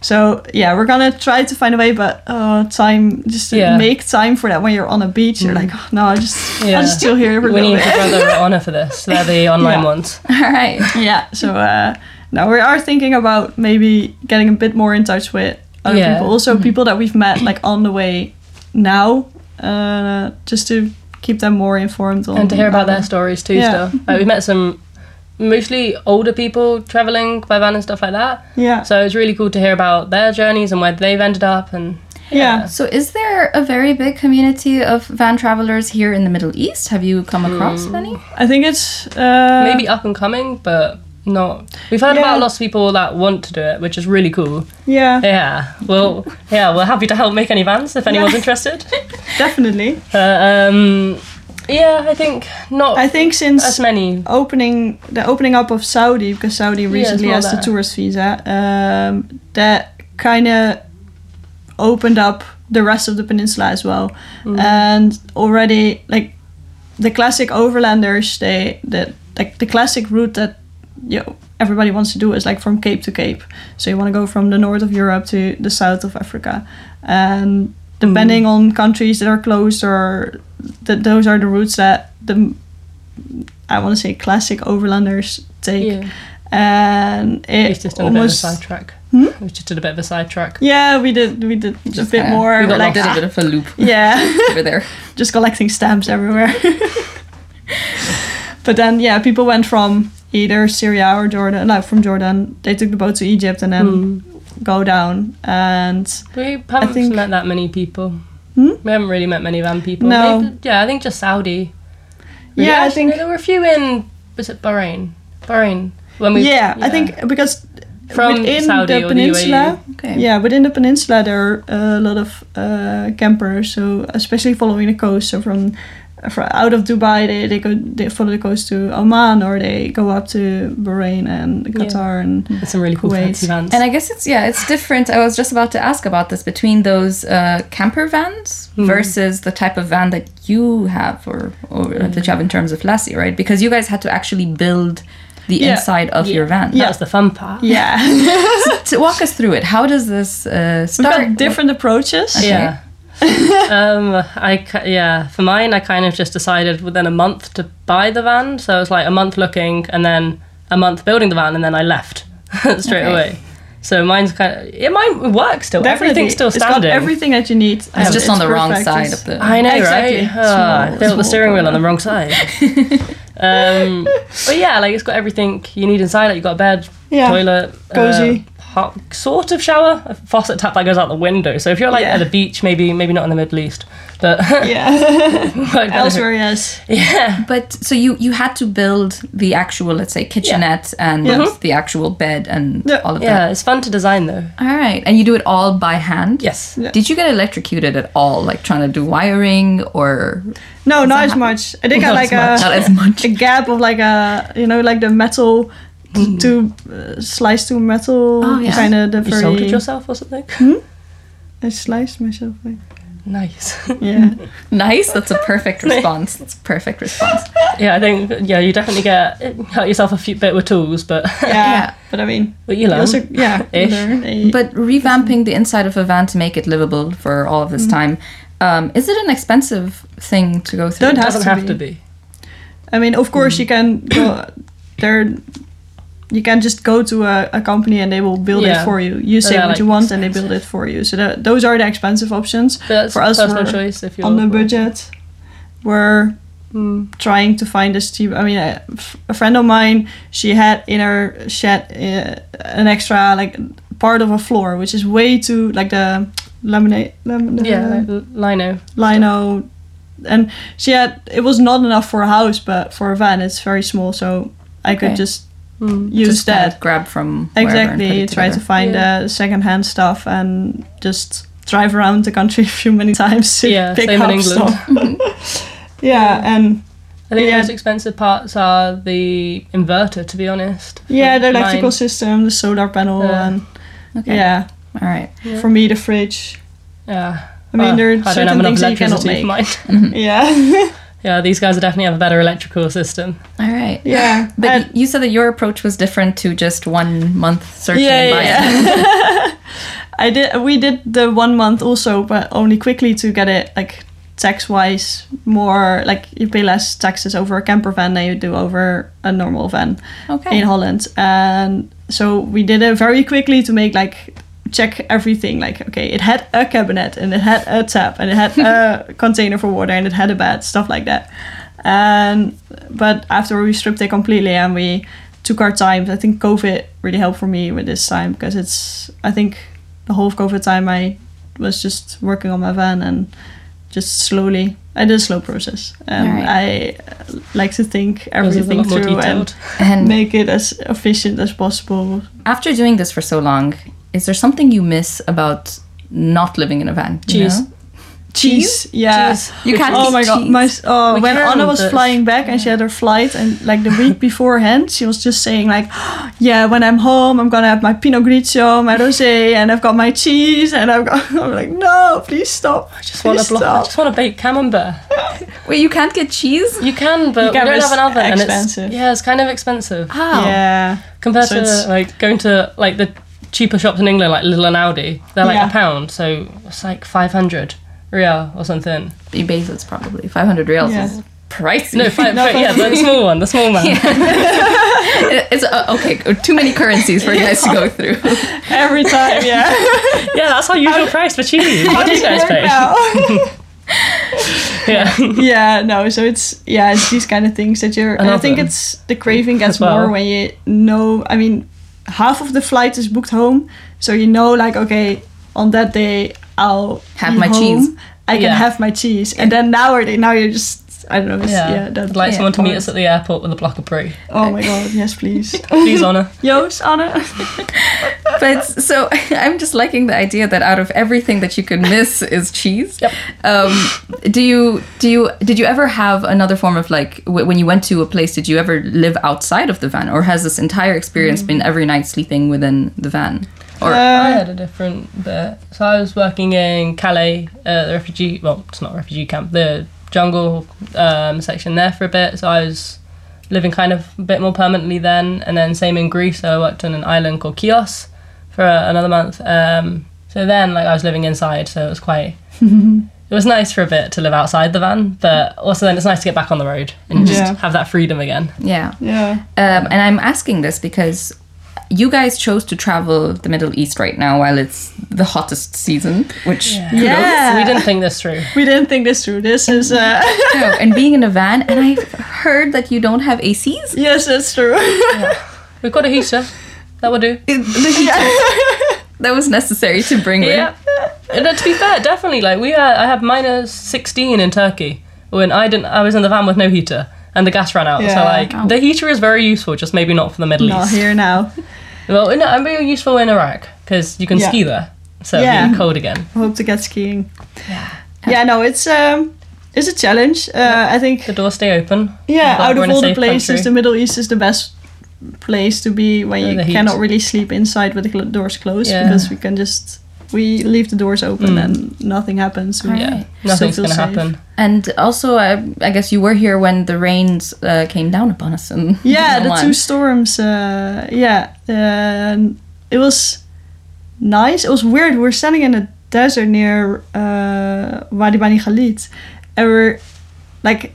E: so yeah we're gonna try to find a way but uh time just to
F: Yeah. Mm.
E: make time for that when you're on a beach you're like oh, no i just
F: Yeah.
E: i'm just still here for a
F: We
E: little
F: need
E: bit
F: to brother honor for this. They're
E: (laughs)
F: the online
E: Yeah.
F: ones.
D: All right.
E: (laughs) yeah so uh now we are thinking about maybe getting a bit more in touch with other
F: Yeah. Mm-hmm.
E: people also people that we've met like on the way now uh just to keep them more informed on
F: and to hear about their stories too.
E: Yeah.
F: Stuff like we met some mostly older people traveling by van and stuff like that.
E: yeah
F: So it was really cool to hear about their journeys and where they've ended up. And
E: yeah
D: So, is there a very big community of van travelers here in the Middle East? Have you come across many?
E: i think it's uh
F: maybe up and coming, but not. We've heard
E: Yeah.
F: about lots of people that want to do it, which is really cool.
E: yeah
F: Yeah. Well, yeah, we're happy to help make any vans if anyone's interested.
E: definitely
F: Uh, um, yeah, I think not
E: i think since
F: as many.
E: opening the opening up of Saudi because Saudi
F: it's
E: recently
F: more
E: has the
F: there.
E: tourist visa. Um, that kind of opened up the rest of the peninsula as well, and already like the classic overlanders they that like the classic route that you know, everybody wants to do is like from cape to cape so you want to go from the north of europe to the south of africa and
F: Mm.
E: depending on countries that are closed or that those are the routes that the i want to say classic overlanders take
F: Yeah.
E: and
F: We've
E: it
F: just done a bit of a
E: almost Hmm?
F: sidetrack. We've just did a bit of a sidetrack.
E: yeah we did we did a bit
D: Yeah,
E: more
D: We got
E: like
D: locked in a bit of a loop
E: (laughs) yeah
D: (laughs) over there.
E: just collecting stamps everywhere. (laughs) but then, yeah, people went from either Syria or Jordan, no, from Jordan. They took the boat to Egypt and then
D: Hmm.
E: go down. And
F: We haven't
E: think- Hmm?
F: met that many people. We haven't really met many van people.
E: No.
F: Maybe- yeah, I think just Saudi.
E: yeah, I
F: actually,
E: think,
F: no, there were a few in. Was it Bahrain? Bahrain. When we
E: yeah, I think because
F: From
E: within
F: Saudi or the E.
E: the peninsula,
D: Okay.
E: yeah, within the peninsula, there are a lot of uh, campers. So especially following the coast, so from from out of Dubai, they, they go they follow the coast to Oman, or they go up to Bahrain and Qatar, and
F: There's some really cool
E: Kuwait.
F: fancy vans.
D: And I guess it's yeah, it's different. I was just about to ask about this between those uh, camper vans
E: Hmm.
D: versus the type of van that you have or, or that you have in terms of Lassie, right? Because you guys had to actually build the
E: Yeah.
D: inside of your van.
F: that was the fun part.
E: (laughs) yeah.
D: To walk us through it, how does this uh,
E: We've
D: start?
E: got different approaches. (laughs)
F: Yeah. um, I ki- yeah. For mine, I kind of just decided within a month to buy the van. So it was like a month looking, and then a month building the van, and then I left (laughs) straight
D: Okay.
F: away. So mine's kind of yeah, mine works still. Everything's still standing.
E: It's got everything that you need.
D: It's just on the wrong side of the.
F: I know,
E: Exactly.
F: right? Ah,
E: Small-
F: built
E: small
F: the steering wheel on the wrong
E: (laughs)
F: side. um, but yeah, like it's got everything you need inside. Like you got a bed,
E: Yeah.
F: toilet, uh,
E: Cozy.
F: hot, sort of shower, a faucet tap that goes out the window. So if you're like
E: Yeah.
F: at the beach, maybe maybe not in the Middle East, but (laughs)
E: (laughs) Yeah.
F: but-
E: Elsewhere, yes.
F: (laughs) yeah,
D: But so you you had to build the actual, let's say, kitchenette and
E: Yeah.
D: the actual bed and
E: Mm-hmm. Yeah.
D: all of that.
F: yeah, it's fun to design though.
D: All right, and you do it all by hand.
F: Yes.
E: Yeah.
D: Did you get electrocuted at all, like trying to do wiring or
E: No, not as much. I think I
D: Not
E: like
D: as much, not as
E: a,
D: much.
E: a gap of like a, you know, like the metal, t- to uh, slice to metal,
D: Oh, yeah.
E: kind of the
F: Mm. You sold it
E: very.
F: yourself or something?
E: Hmm? I sliced myself. Like,
F: Nice. (laughs)
E: yeah.
D: Nice. That's a
E: (laughs)
D: perfect response. That's a perfect response.
F: yeah, I think yeah, you definitely get cut yourself a few bit with tools, but
E: yeah. But I mean,
F: but you
E: you
F: learn.
E: also, yeah. you
F: Ish.
E: learn a-
D: But revamping the inside of a van to make it livable for all of this time, um, is it an expensive thing to go through?
E: Mm-hmm. Don't have-
F: (laughs) doesn't
E: to
F: have
E: be.
F: to be.
E: I mean, of course, you can go there. You can just go to a, a company and they will build
F: Yeah.
E: it for you. You say
F: they're,
E: what
F: like,
E: you want and they build it for you. So that, those are the expensive options.
F: But that's
E: for us,
F: personal
E: we're
F: choice if you're Hmm.
E: on the budget. We're trying to find this cheap. I mean, a, a friend of mine, she had in her shed uh, an extra like part of a floor, which is way too like the laminate, laminate
F: Yeah, like l- lino.
E: lino and she had it was not enough for a house but for a van it's very small so i could
D: Okay.
E: just use
D: Just kind of
E: that
D: grab from wherever and put
E: exactly
D: it
E: try to
D: together.
E: find
F: Yeah.
E: uh, secondhand stuff and just drive around the country (laughs) a few many times to
F: Yeah,
E: pick
F: same in
E: up
F: England.
E: stuff
F: (laughs)
E: (laughs) yeah and
F: I think
E: Yeah.
F: the most expensive parts are the inverter, to be honest.
E: yeah the
F: Mine- Uh,
E: electrical system the solar panel
F: Yeah.
E: and
D: Okay.
E: yeah
D: All right.
E: for me the fridge
F: Yeah.
E: I mean,
F: Uh,
E: there are
F: don't have
E: certain
F: enough
E: things that you cannot
F: electricity for mine.
E: (laughs)
F: (laughs)
E: yeah
F: yeah, these guys definitely have a better electrical system.
D: All right.
E: yeah
D: But
E: And-
D: y- you said that your approach was different to just one month searching
E: Yeah,
D: and buying.
E: yeah, I did. We did the one month also, but only quickly to get it like tax wise more like you pay less taxes over a camper van than you do over a normal van
D: (laughs) Okay.
E: in Holland. And so we did it very quickly to make like check everything. Like okay, it had a cabinet and it had a tap and it had a container for water and it had a bed, stuff like that. And but after we stripped it completely and we took our time, I think COVID really helped for me with this time because it's I think the whole of COVID time I was just working on my van and just slowly. I did a slow process. Um,
D: Alright.
E: I uh, like to think
F: Yours is a
E: everything
F: lot more
E: through um, and
F: detailed.
D: And
E: make it as efficient as possible.
D: after doing this for so long, is there something you miss about not living in a van? you
F: Cheese.
D: know?
E: cheese. Yeah.
F: Cheese.
D: You can't
E: Oh
D: eat
E: my god!
D: cheese.
E: My s- oh,
F: We
E: when
F: can,
E: Anna was
F: but-
E: flying back and she had her flight, and like the week beforehand, she was just saying like, (gasps) "Yeah, when I'm home, I'm gonna have my Pinot Grigio, my rosé, and I've got my cheese." And I've got, (laughs) I'm like, "No, please stop! I
F: Just want a block. I just want to bake camembert.
D: Wait, you can't get cheese?
F: You can, but
E: You can,
F: we
E: but
F: don't have an
E: it's
F: oven, and
E: expensive.
F: it's yeah, it's kind of expensive
D: How?
E: Yeah,
F: compared
E: So
F: to
E: it's-
F: like going to like the cheaper shops in England, like Lidl and Aldi. They're like
E: Yeah.
F: a pound, so it's like five hundred real
E: (laughs)
F: or something.
D: In basis, probably. 500 reals
E: Yeah.
D: is pricey. (laughs)
F: No, five,
E: No,
F: yeah, the small one,
E: (laughs)
F: the small one.
D: it's uh, okay. Too many currencies for you guys to go through. (laughs)
E: every time. Yeah,
F: Yeah, that's our usual price for (laughs) cheese. What do you
E: (laughs)
F: guys
E: Work
F: pay?
E: now.
F: Yeah.
E: yeah no so it's yeah it's these kind of things that you're and i
F: Another.
E: think it's the craving gets
F: As well.
E: more when you know i mean half of the flight is booked home so you know like okay on that day i'll
D: Have
E: be
D: my
E: home,
D: cheese.
E: i can
F: Yeah.
E: have my cheese and then now or now you're just i don't know it's-
F: Yeah,
E: yeah,
F: I'd
E: that,
F: like
D: Yeah.
F: someone to meet us at the airport with a block of (laughs) brie.
E: oh my god yes
F: (laughs)
E: please
F: Please, Honor.
E: Joost, anna
D: But so (laughs) I'm just liking the idea that out of everything that you could miss is cheese.
F: Yep.
D: Um, do you do you did you ever have another form of like w- when you went to a place? Did you ever live outside of the van, or has this entire experience been every night sleeping within the van? Or
E: Um,
F: I had a different bit. So I was working in Calais, uh, the refugee, well, it's not refugee camp, the jungle um, section there for a bit. So I was living kind of a bit more permanently then. And then same in Greece, so I worked on an island called Chios for uh, another month. Um, so then, like, I was living inside, so it was
E: (laughs)
F: quite. It was nice for a bit to live outside the van, but also then it's nice to get back on the road and just
E: Yeah.
F: have that freedom again.
D: yeah.
E: (laughs) yeah
D: Um, and I'm asking this because you guys chose to travel the Middle East right now while it's the hottest season, which
E: yeah
F: We didn't think this through.
E: we didn't think this through this is uh (laughs)
D: no, and being in a van. And I've heard that you don't have
E: (laughs)
D: ACs.
E: yes that's true
F: We've got a heater. That will do.
D: It- the heat- (laughs) that was necessary to bring in.
F: Yeah. no, to be fair, definitely. Like we, had, I had minus sixteen in Turkey when I didn't. I was in the van with no heater, and the gas ran out. So
E: Yeah.
F: like the heater is very useful, just maybe not for the Middle
E: not
F: East.
E: here now
F: Well, no, I'm very useful in Iraq because you can
E: Yeah.
F: ski there, so
E: Yeah.
F: it'll be cold again.
E: hope to get skiing. Yeah. Yeah, no, it's um it's a challenge. Uh, I think
F: The doors stay open.
E: yeah,
F: But
E: out
F: we're
E: of
F: in a
E: all the
F: safe
E: places,
F: country.
E: the Middle East is the best place to be when
F: Yeah,
E: you
F: the heat.
E: cannot really sleep inside with the cl- doors closed
F: Yeah. Mm.
E: because we can just we leave the doors open and nothing happens. We
F: Yeah,
D: Right.
E: still
F: nothing's
E: feel
F: gonna
E: safe.
F: happen.
D: And also, I, I guess you were here when the rains uh, came down upon us. In
E: Yeah, the
D: Milan.
E: two storms. Uh, yeah, um, it was nice. It was weird. We're standing in a desert near uh, Wadi Bani Khalid, and we're like,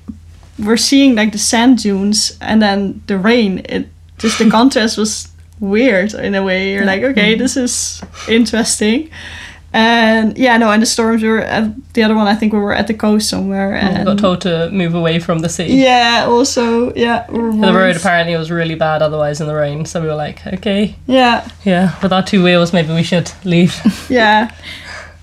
E: we're seeing like the sand dunes and then the rain. It just
F: (laughs)
E: the contrast was weird in a way. You're like, okay,
F: Mm-hmm.
E: this is interesting. And yeah, no, and the storms we were at the other one. I think we were at the coast somewhere.
F: I
E: And
F: got told to move away from the sea.
E: yeah, also yeah, we were
F: The road
E: worried.
F: apparently was really bad otherwise in the rain, so we were like, okay,
E: yeah,
F: yeah, with our two wheels, maybe we should leave.
E: yeah.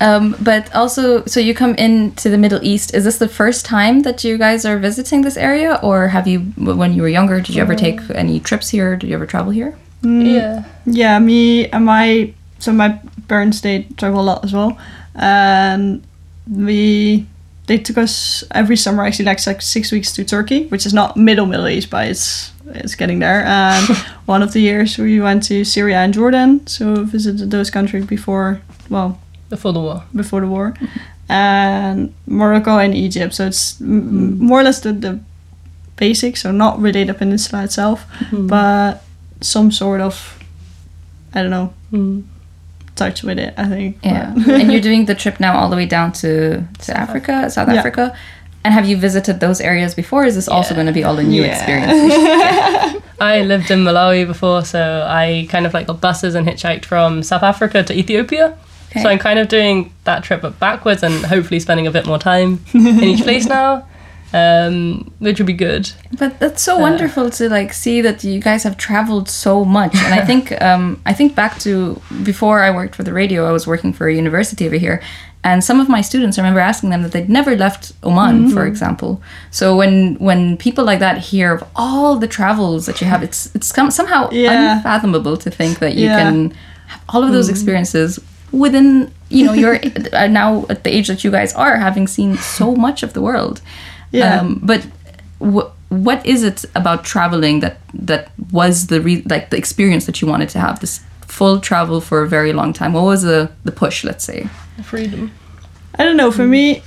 D: Um, but also, so you come into the Middle East. Is this the first time that you guys are visiting this area, or have you, w- when you were younger, did you
E: Uh,
D: ever take any trips here? Did you ever travel here?
E: Mm.
F: yeah.
E: Yeah, me and my so my parents they travel a lot as well, and we they took us every summer actually like six, six weeks to Turkey, which is not middle Middle East, but it's it's getting there. And one of the years we went to Syria and Jordan, so visited those countries before well
F: Before the war.
E: before the war, and Morocco and Egypt. So it's m- more or less the, the basics, so not really the peninsula itself, but some sort of, I don't know,
F: Mm.
E: touch with it, I think.
D: Yeah.
E: But- (laughs)
D: and you're doing the trip now all the way down to, to Africa, South
E: Yeah.
D: Africa. And have you visited those areas before? Is this also going to be all a new
E: Yeah.
D: experience?
E: (laughs)
F: I lived in Malawi before, so I kind of like got buses and hitchhiked from South Africa to Ethiopia.
D: Okay.
F: So I'm kind of doing that trip but backwards and hopefully spending a bit more
E: (laughs)
F: time in each place now, um, which would be good.
D: But that's so wonderful to like see that you guys have traveled so much. And (laughs) I think um, I think back to before I worked for the radio, I was working for a university over here, and some of my students I remember asking them that they'd never left Oman,
E: Mm-hmm.
D: for example. So when when people like that hear of all the travels that you have, it's it's com- somehow
E: Yeah.
D: unfathomable to think that you
E: Yeah.
D: Mm-hmm. can have all of those experiences within you know, (laughs) you're uh, now at the age that you guys are, having seen so much of the world. Um,
E: Yeah.
D: but wh- what is it about traveling that that was the re- like the experience that you wanted to have? This full travel for a very long time. What was the the push? Let's say.
F: Freedom.
E: I don't know. For me,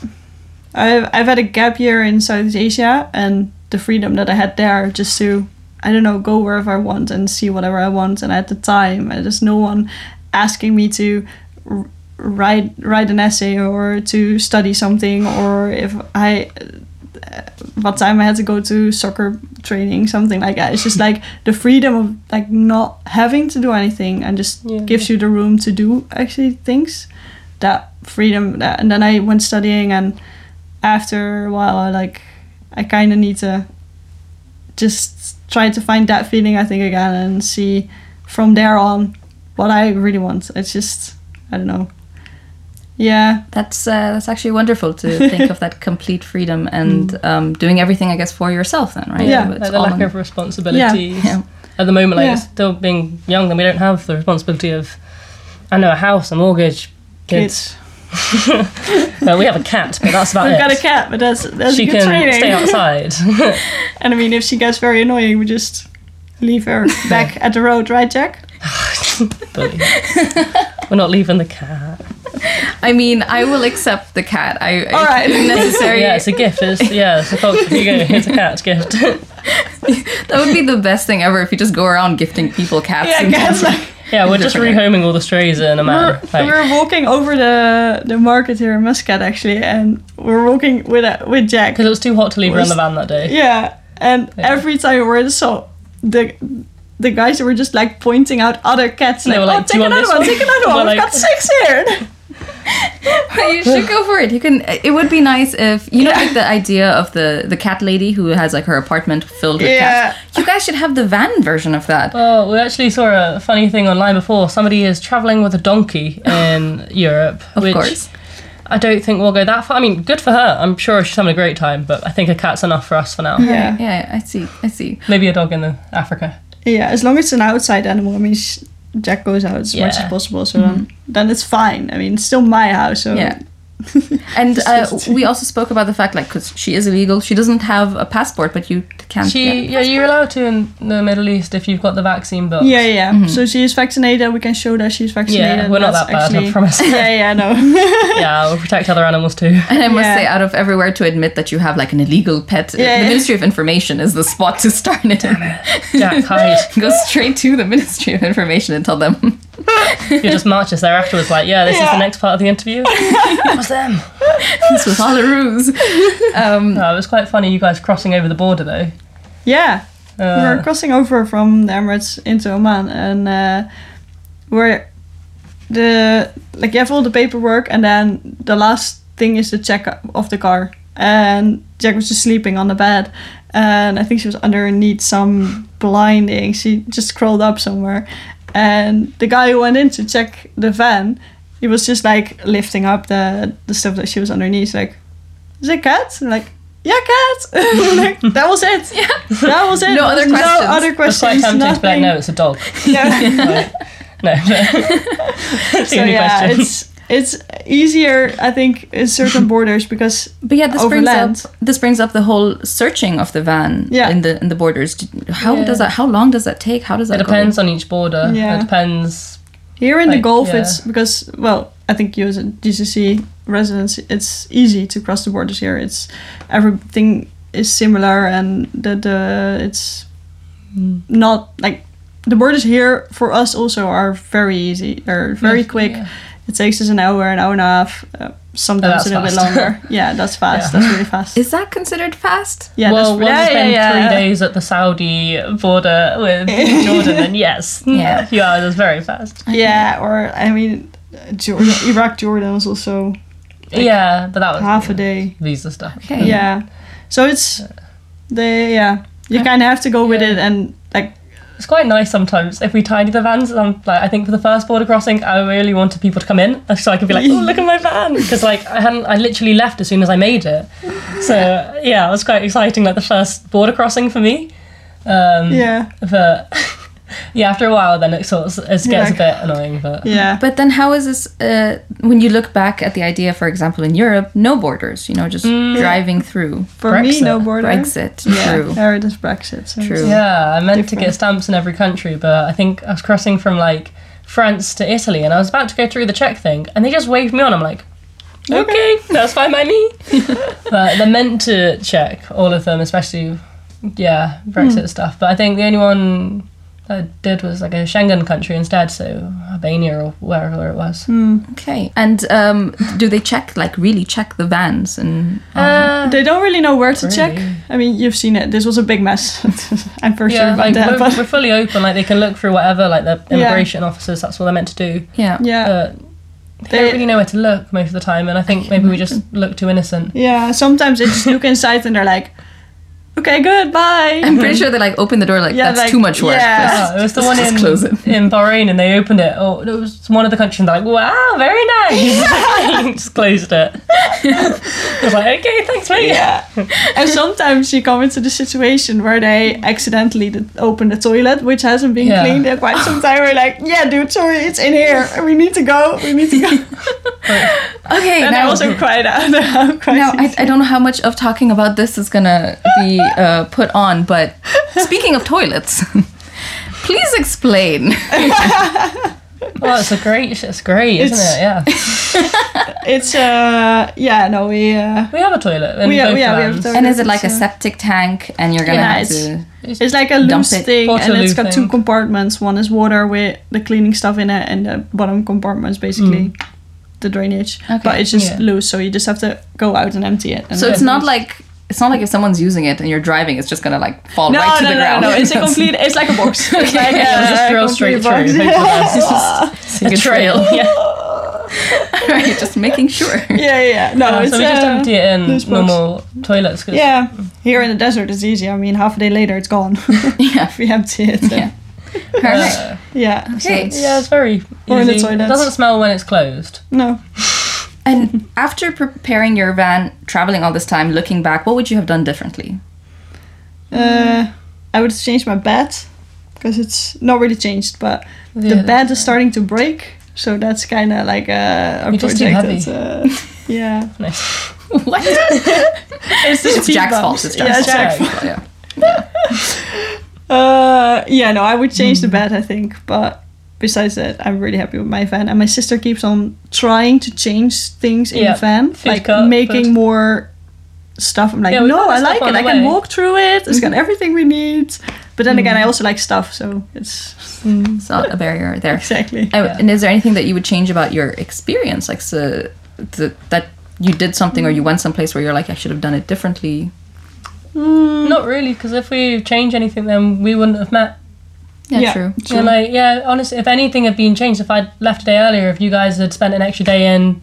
E: I've I've had a gap year in Southeast Asia, and the freedom that I had there just to I don't know go wherever I want and see whatever I want, and I had the time. And there's no one asking me to r- write write an essay or to study something, or if I uh, what time I had to go to soccer training, something like that. It's just like the freedom of like not having to do anything and just
F: Yeah.
E: gives you the room to do actually things that freedom that, and then i went studying and after a while i like i kind of need to just try to find that feeling i think again and see from there on what i really want it's just i don't know yeah
D: That's uh, that's actually wonderful to think of that complete (laughs) freedom and um, doing everything, I guess, for yourself. Then, right?
E: Yeah.
D: It's
F: Like the
D: all
F: lack
D: on-
F: of responsibility.
D: (laughs) Yeah.
F: At the moment, like
E: Yeah.
F: still being young, and we don't have the responsibility of, I know, a house, a mortgage, kids.
E: kids
F: well, we have a cat, but that's about
E: (laughs) we've
F: it.
E: got a cat but that's that's
F: she
E: good
F: can
E: training (laughs)
F: stay outside. (laughs)
E: and i mean if she gets very annoying we just leave
F: (laughs)
E: her back at the road right jack (laughs)
F: Bully. We're not leaving the cat.
D: I mean, I will accept the cat. I, I
E: All right.
D: (laughs) if necessary.
F: Yeah, it's a gift. It's, yeah, it's a culture. You go,
E: (laughs)
F: here's a cat gift.
D: That would be the best thing ever if you just go around gifting people cats.
E: yeah
D: and
E: cats like
F: yeah, we're just rehoming all the strays in
E: (laughs)
F: a
E: We're,
F: man.
E: we
F: Like,
E: were walking over the the market here in Muscat actually, and we we're walking with uh, with Jack.
F: because it was too hot to leave her in the
E: We're-
F: van that day.
E: Yeah, and every time we were in, so the the guys were just like pointing out other cats,
F: They
E: like,
F: were
E: "Oh,
F: like, "Do
E: take
F: you want
E: another one,
F: this one?" (laughs)
E: take another
F: We're
E: one.
F: like-
E: We've got six
F: (laughs)
E: here." (laughs)
D: (laughs) you should go for it. You can. It would be nice if you know, like the idea of the the cat lady who has like her apartment filled with
E: Yeah.
D: cats. You guys should have the van version of that.
F: Oh, we actually saw a funny thing online before. Somebody is traveling with a
E: (laughs)
F: donkey in Europe.
D: Of
F: which
D: course.
F: I don't think we'll go that far. I mean, good for her. I'm sure she's having a great time, but I think a cat's enough for us for now.
E: Yeah,
D: Yeah, I see. I see.
F: Maybe a dog in the Africa.
E: yeah. As long as it's an outside animal, I mean, sh- Jack goes out as much
F: Yeah. Mm-hmm.
E: as possible, so then then it's fine. I mean, it's still my house, so
D: Yeah. (laughs) And uh, we also spoke about the fact, like, because she is illegal, she doesn't have a passport, but you can't.
F: She,
D: get
F: yeah, you're allowed to in the Middle East if you've got the vaccine, but
E: Yeah, yeah. So she is vaccinated. We can show that she's vaccinated.
F: Mm-hmm. Yeah, we're not
E: that's
F: that bad, I
E: actually-
F: promise.
E: (laughs) Yeah, yeah, no.
F: yeah, we'll protect other animals
E: (laughs)
F: too.
D: And (laughs) I must
E: Yeah.
D: say, out of everywhere to admit that you have like an illegal pet, uh,
E: Yeah,
D: the
E: yeah.
D: Ministry of Information is the spot to start it. Damn (laughs) it.
F: Jack, hide.
D: Go straight to the Ministry of Information and tell them. (laughs)
F: You just march us there afterwards, like, yeah, this is the next part of the
E: (laughs)
F: interview. it was them.
D: this was all a ruse. Um,
F: No, Oh, it was quite funny, you guys crossing over the border though.
E: (laughs) Yeah, we
F: Uh,
E: were crossing over from the Emirates into Oman, and uh, we're the like you have all the paperwork, and then the last thing is the check of the car. And Jack was just sleeping on the bed, and I think she was underneath some blinding. She just crawled up somewhere, and the guy who went in to check the van, he was just like lifting up the the stuff that she was underneath, like, "Is it cat?" And like. Yeah, cat. (laughs) like, that was
D: (laughs)
E: it. Yeah, that was it.
D: No other
E: There was
D: questions.
E: No other
F: it was
E: questions.
F: quite tempting to be like,
E: nothing.
F: no, it's
E: (laughs)
F: a dog.
E: Yeah.
F: No. (laughs) so,
E: so yeah, it's it's easier, I think, in certain borders because
D: but yeah, this brings
E: Overland.
D: up this brings up the whole searching of the van
E: Yeah.
D: in the in the borders. D- How does that? How long does that take? How does
F: It
D: that? go?
F: depends on each border.
E: Yeah.
F: It depends.
E: here in the
F: Like,
E: Gulf,
F: yeah.
E: it's because well, I think you as a GCC residents, it's easy to cross the borders here. It's everything is similar, and the the it's not like the borders here for us also are very easy. They're very quick. It takes us an hour, an hour and a half, uh, sometimes
F: that's
E: a little bit
F: fast.
E: longer. (laughs) yeah, that's fast. That's really fast.
D: Is that considered fast?
E: yeah,
F: well,
E: that's,
F: once
E: yeah,
F: it's
E: yeah,
F: been
E: yeah.
F: three (laughs) days at the Saudi border
E: (laughs)
F: with Jordan, then yes.
D: Yeah.
F: (laughs) You are, that's very fast.
E: Yeah, or I mean, uh, Jordan, Iraq Jordan was also
F: yeah, but that was
E: half a day.
F: visa stuff.
D: Okay.
E: Yeah, so it's they yeah you kind of have to go with it and like
F: It's quite nice sometimes if we tidy the vans. i like, I think for the first border crossing, I really wanted people to come in (laughs) so I could be like, oh, look at my van, because like I hadn't, I literally left as soon as I made it. So yeah, it was quite exciting. Like the first border crossing for me. Um,
E: yeah
F: But (laughs) yeah, after a while, then it sort of it gets a bit annoying. But
E: Yeah.
D: But then, how is this uh, when you look back at the idea, for example, in Europe, no borders, you know, just driving through,
E: For me,
F: Brexit.
E: no Mm. border.
D: Brexit,
E: Yeah.
D: through.
E: There it is Brexit. So
D: True.
E: it's-
F: yeah, I meant to
E: Different.
F: get stamps in every country, but I think I was crossing from like France to Italy, and I was about to go through the check thing, and they just waved me on. I'm like, okay, that's fine by
E: (laughs)
F: me. but they're meant to check all of them, especially yeah
E: Hmm.
F: Brexit stuff. But I think the only one that I did was like a Schengen country instead, so Albania or wherever it was.
E: Hmm.
D: Okay. And um, do they check, like, really check the vans? And
F: Uh,
E: They don't really know where to check.
F: Really?
E: I mean, you've seen it. This was a big mess. (laughs) I'm for sure
F: yeah,
E: about
F: like
E: that.
F: we're,
E: But
F: we're fully open. Like they can look through whatever, like the
E: Yeah.
F: immigration officers. That's what they're meant to do.
D: yeah.
F: (laughs)
E: yeah.
F: But they
E: They-
F: don't really know where to look most of the time, and I think maybe we
E: (laughs)
F: just look too innocent.
E: Yeah, sometimes they just look inside and they're like, okay, good, bye.
D: I'm pretty sure they like open the door like
E: Yeah,
D: that's
E: like,
D: too much work.
E: yeah.
D: Let's-
F: Oh, it was the
D: let's
F: one
D: just
F: in,
D: close it.
F: in Bahrain, and they opened it. Oh, it was one of the countries, and they're like, "Wow, very
E: (laughs)
F: nice." (laughs) just closed it. I was like, "Okay, thanks, mate."
E: yeah. (laughs) and sometimes you come into the situation where they accidentally d- open the toilet, which hasn't been
F: Yeah.
E: cleaned in quite some time. We're like, yeah, dude, sorry, it's in here. We need to go. We need to go.
D: Okay.
E: (laughs) and I
D: now,
E: (laughs) also cried out. I'm quite
D: now I, I don't know how much of talking about this is gonna be uh, put on, but speaking of toilets, (laughs) please
E: (laughs)
D: explain.
F: Oh, it's a great. It's great,
E: It's-
F: isn't it? Yeah.
E: it's, uh, yeah, no, we, uh,
F: We have a toilet. In
E: We have-
F: both
E: yeah, we have
F: vans.
E: a toilet.
D: and is it like a
E: It's, uh,
D: septic tank, and you're gonna
E: Yeah,
D: have
E: it's-
D: to?
E: it's like a loose
D: it.
E: thing, and
F: Waterloo
E: it's got two
F: thing.
E: compartments. One is water with the cleaning stuff in it, and the bottom compartment is basically the drainage.
D: Okay,
E: But it's just
F: yeah.
E: loose, so you just have to go out and empty it. And
D: So it's
E: then-
D: not like it's not like if someone's using it and you're driving, it's just gonna like fall
E: No,
D: right to
E: no,
D: the
E: no,
D: ground.
E: no,
D: (laughs)
E: It's a complete. It's like a box. It's like a,
F: Yeah, just drill straight through.
E: complete
F: Hopefully
E: box.
F: that's just a trail.
E: Oh,
F: Yeah.
D: (laughs) right, just making
E: (laughs)
D: sure.
E: (laughs) Yeah, yeah. yeah. No,
F: Uh,
E: it's
F: so we just
E: uh,
F: empty it in
E: loose box.
F: normal toilets. 'cause-
E: Yeah, here in the desert it's easy. I mean, half a day later it's gone. (laughs)
D: Yeah.
E: we empty it. then-
D: Yeah. Perfect.
F: uh,
E: Yeah. so
D: Okay.
E: it's-
F: yeah, it's very
E: Or in the
F: easy. It
E: toilets.
F: doesn't smell when it's closed.
E: No.
D: And after preparing your van, traveling all this time, looking back, what would you have done
F: (laughs)
D: differently?
E: Uh, I would change my bed because it's not really changed, but the
F: Yeah.
E: bed is starting to break. So that's kind of like a, a
F: You're just too
E: project
F: heavy.
E: that's, uh, yeah.
D: what?
E: It's,
D: (laughs) It's Jack's fault. It's Jack's
E: yeah,
D: fault.
F: Jack.
D: Yeah.
E: Uh, yeah, no, I would change
F: Mm.
E: the bed, I think. But besides that, I'm really happy with my van. And my sister keeps on trying to change things in
F: Yeah,
E: the van,
F: food
E: like
F: cup,
E: making
F: food.
E: more stuff. I'm like,
F: Yeah, we
E: no,
F: got
E: I
F: the
E: like it.
F: stuff on
E: I
F: the
E: can
F: way." Mm-hmm.
E: walk through it. It's got everything we need. But then
F: Mm.
E: again, I also like stuff, so
F: (laughs)
E: it's
D: It's not a barrier there.
E: exactly.
D: And- And is there anything that you would change about your experience? Like, so, th- that you did something or you went someplace where you're like, I should have done it differently?
F: Not really, because if we change anything, then we wouldn't have met.
D: Yeah, true.
F: And like, yeah, honestly, if anything had been changed, if I'd left a day earlier, if you guys had spent an extra day in,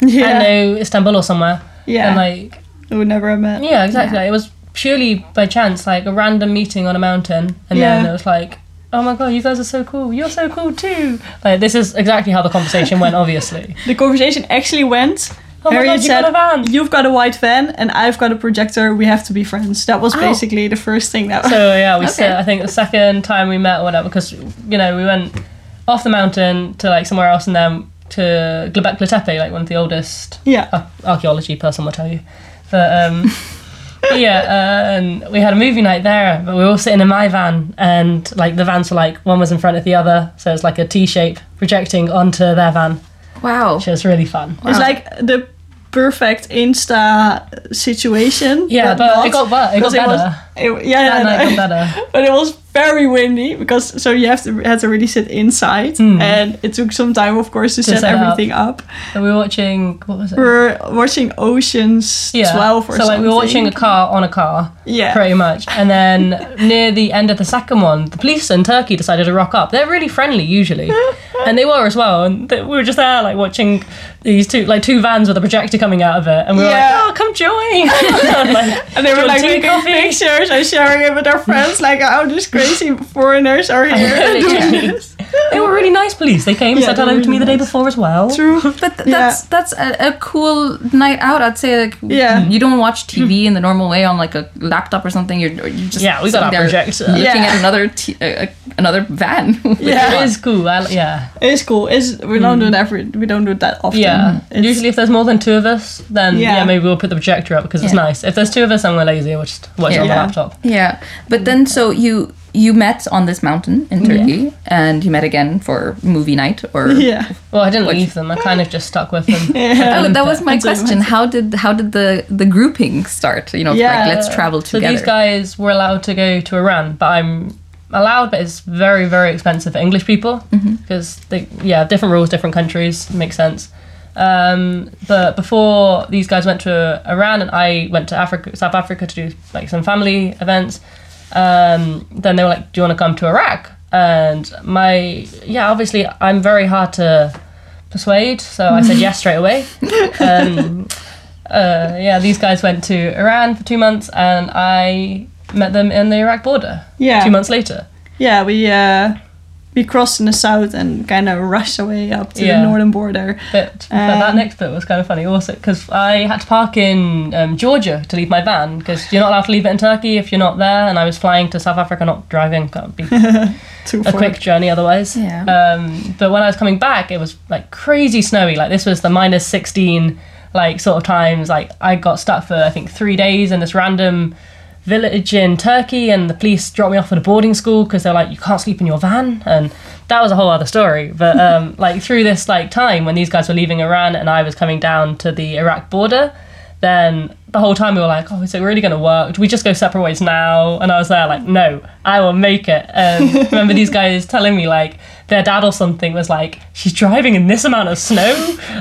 E: Yeah,
F: I don't know, Istanbul or somewhere,
E: yeah.
F: and like,
E: I would never have met.
F: yeah, exactly. It was purely by chance, like a random meeting on a mountain, and then
E: Yeah.
F: it was like, oh my god, you guys are so cool. You're so cool too. Like, this is exactly how the conversation went. Obviously,
E: The conversation actually went.
F: oh my
E: Harriet
F: god, you got a van.
E: You've got a white van, and I've got a projector. We have to be friends. That was basically the first thing that.
F: Oh. So yeah, we
D: Okay.
F: said I think the second time we met or whatever because you know we went off the mountain to like somewhere else and then to Göbekli Tepe, like one of the oldest
E: (laughs) yeah.
F: ar- (laughs) archaeology person will tell you. But um, (laughs) but yeah, uh, and we had a movie night there, but we were all sitting in my van, and like the vans were like one was in front of the other, so it's like a T shape projecting onto their van,
D: Wow. (laughs)
F: which was really fun.
E: It's like the perfect Insta situation.
F: Yeah, but
E: not,
F: it got wor- it got
E: 'cause was- it- yeah,
F: That
E: no,
F: night
E: no.
F: got better.
E: (laughs) but it was very windy because so you have to had to really sit inside, and it took some time, of course, to, set,
F: Hmm. set up.
E: everything up.
F: So we were watching what was it?
E: We're watching Oceans Twelve or
F: so like
E: something.
F: we were watching a car on a car.
E: Yeah.
F: Pretty much. And then near the end of the second one, the police in Turkey decided to rock up. They're really friendly usually. and they were as well. And th- we were just there like watching these two like two vans with a projector coming out of it. And we were
E: Yeah.
F: like, oh come join. (laughs) Like,
E: And they were
F: "Do you want
E: like
F: tea,
E: making
F: coffee?" (laughs)
E: (laughs) pictures and sharing it with their friends, like how these crazy "Oh, foreigners are here.
F: Literally. They were really nice police. They came,
E: Yeah,
F: said
E: they were
F: hello to me
E: really
F: the day
E: nice.
F: before as well.
E: True.
D: But th- that's that's a, a cool night out. I'd say like
E: Yeah.
D: you don't watch TV in the normal way on like a laptop or something. You're, you just
F: Mm-hmm. Yeah, we got
D: sitting
F: our
D: there
F: projector.
D: looking
E: Yeah.
D: at another t- uh, another van. (laughs)
E: Yeah.
F: It is cool. I, li- yeah,
E: It's cool. It's we don't do it every we don't do it that often.
F: Hmm. yeah.
E: It's-
F: Usually, if there's more than two of us, then yeah,
E: Yeah.
F: maybe we'll put the projector up because it's
D: Yeah.
F: nice. If there's two of us and we're lazy, we'll just watch it on the
E: Yeah.
F: laptop.
D: Yeah, but then so you you met on this mountain in Turkey, and you met again for movie night
E: (laughs)
D: or.
E: Mm-hmm. (laughs)
F: (laughs)
E: yeah.
F: Well, I didn't leave them. I kind of just stuck with them.
E: (laughs)
D: Oh, that was
E: That's
D: my
E: what
D: question. How did how did the the grouping start? You know,
E: Yeah.
D: like let's travel
F: So
D: together.
F: these guys were allowed to go to Iran, but I'm allowed, but it's very, very expensive for English people because they, yeah, different rules, different countries makes sense. Um, but before these guys went to Iran and I went to Africa, South Africa to do like some family events, um, then they were like, "Do you want to come to Iraq?" And my yeah, obviously I'm very hard to persuade, so I said yes straight away. Um, uh, yeah, these guys went to Iran for two months, and I met them in the Iraq border.
E: Yeah.
F: Two months later.
E: Yeah, we uh, we crossed in the south and kind of rushed our way up to
F: Yeah.
E: the northern border.
F: But, but that
E: Um,
F: next bit was kind of funny also because I had to park in um, Georgia to leave my van because you're not allowed to leave it in Turkey if you're not there. And I was flying to South Africa, not driving. That would be
E: Too
F: a
E: far.
F: quick journey otherwise.
D: Yeah.
F: Um, but when I was coming back, it was like crazy snowy. Like this was the minus 16 like sort of times. Like I got stuck for I think three days in this random village in Turkey, and the police dropped me off at a boarding school because they're like, you can't sleep in your van, and that was a whole other story. But um, (laughs) like through this like time when these guys were leaving Iran and I was coming down to the Iraq border. Then the whole time we were like, oh, is it really going to work? Do we just go separate ways now? And I was there like, no, I will make it. And remember these guys telling me like their dad or something was like, she's driving in this amount of snow.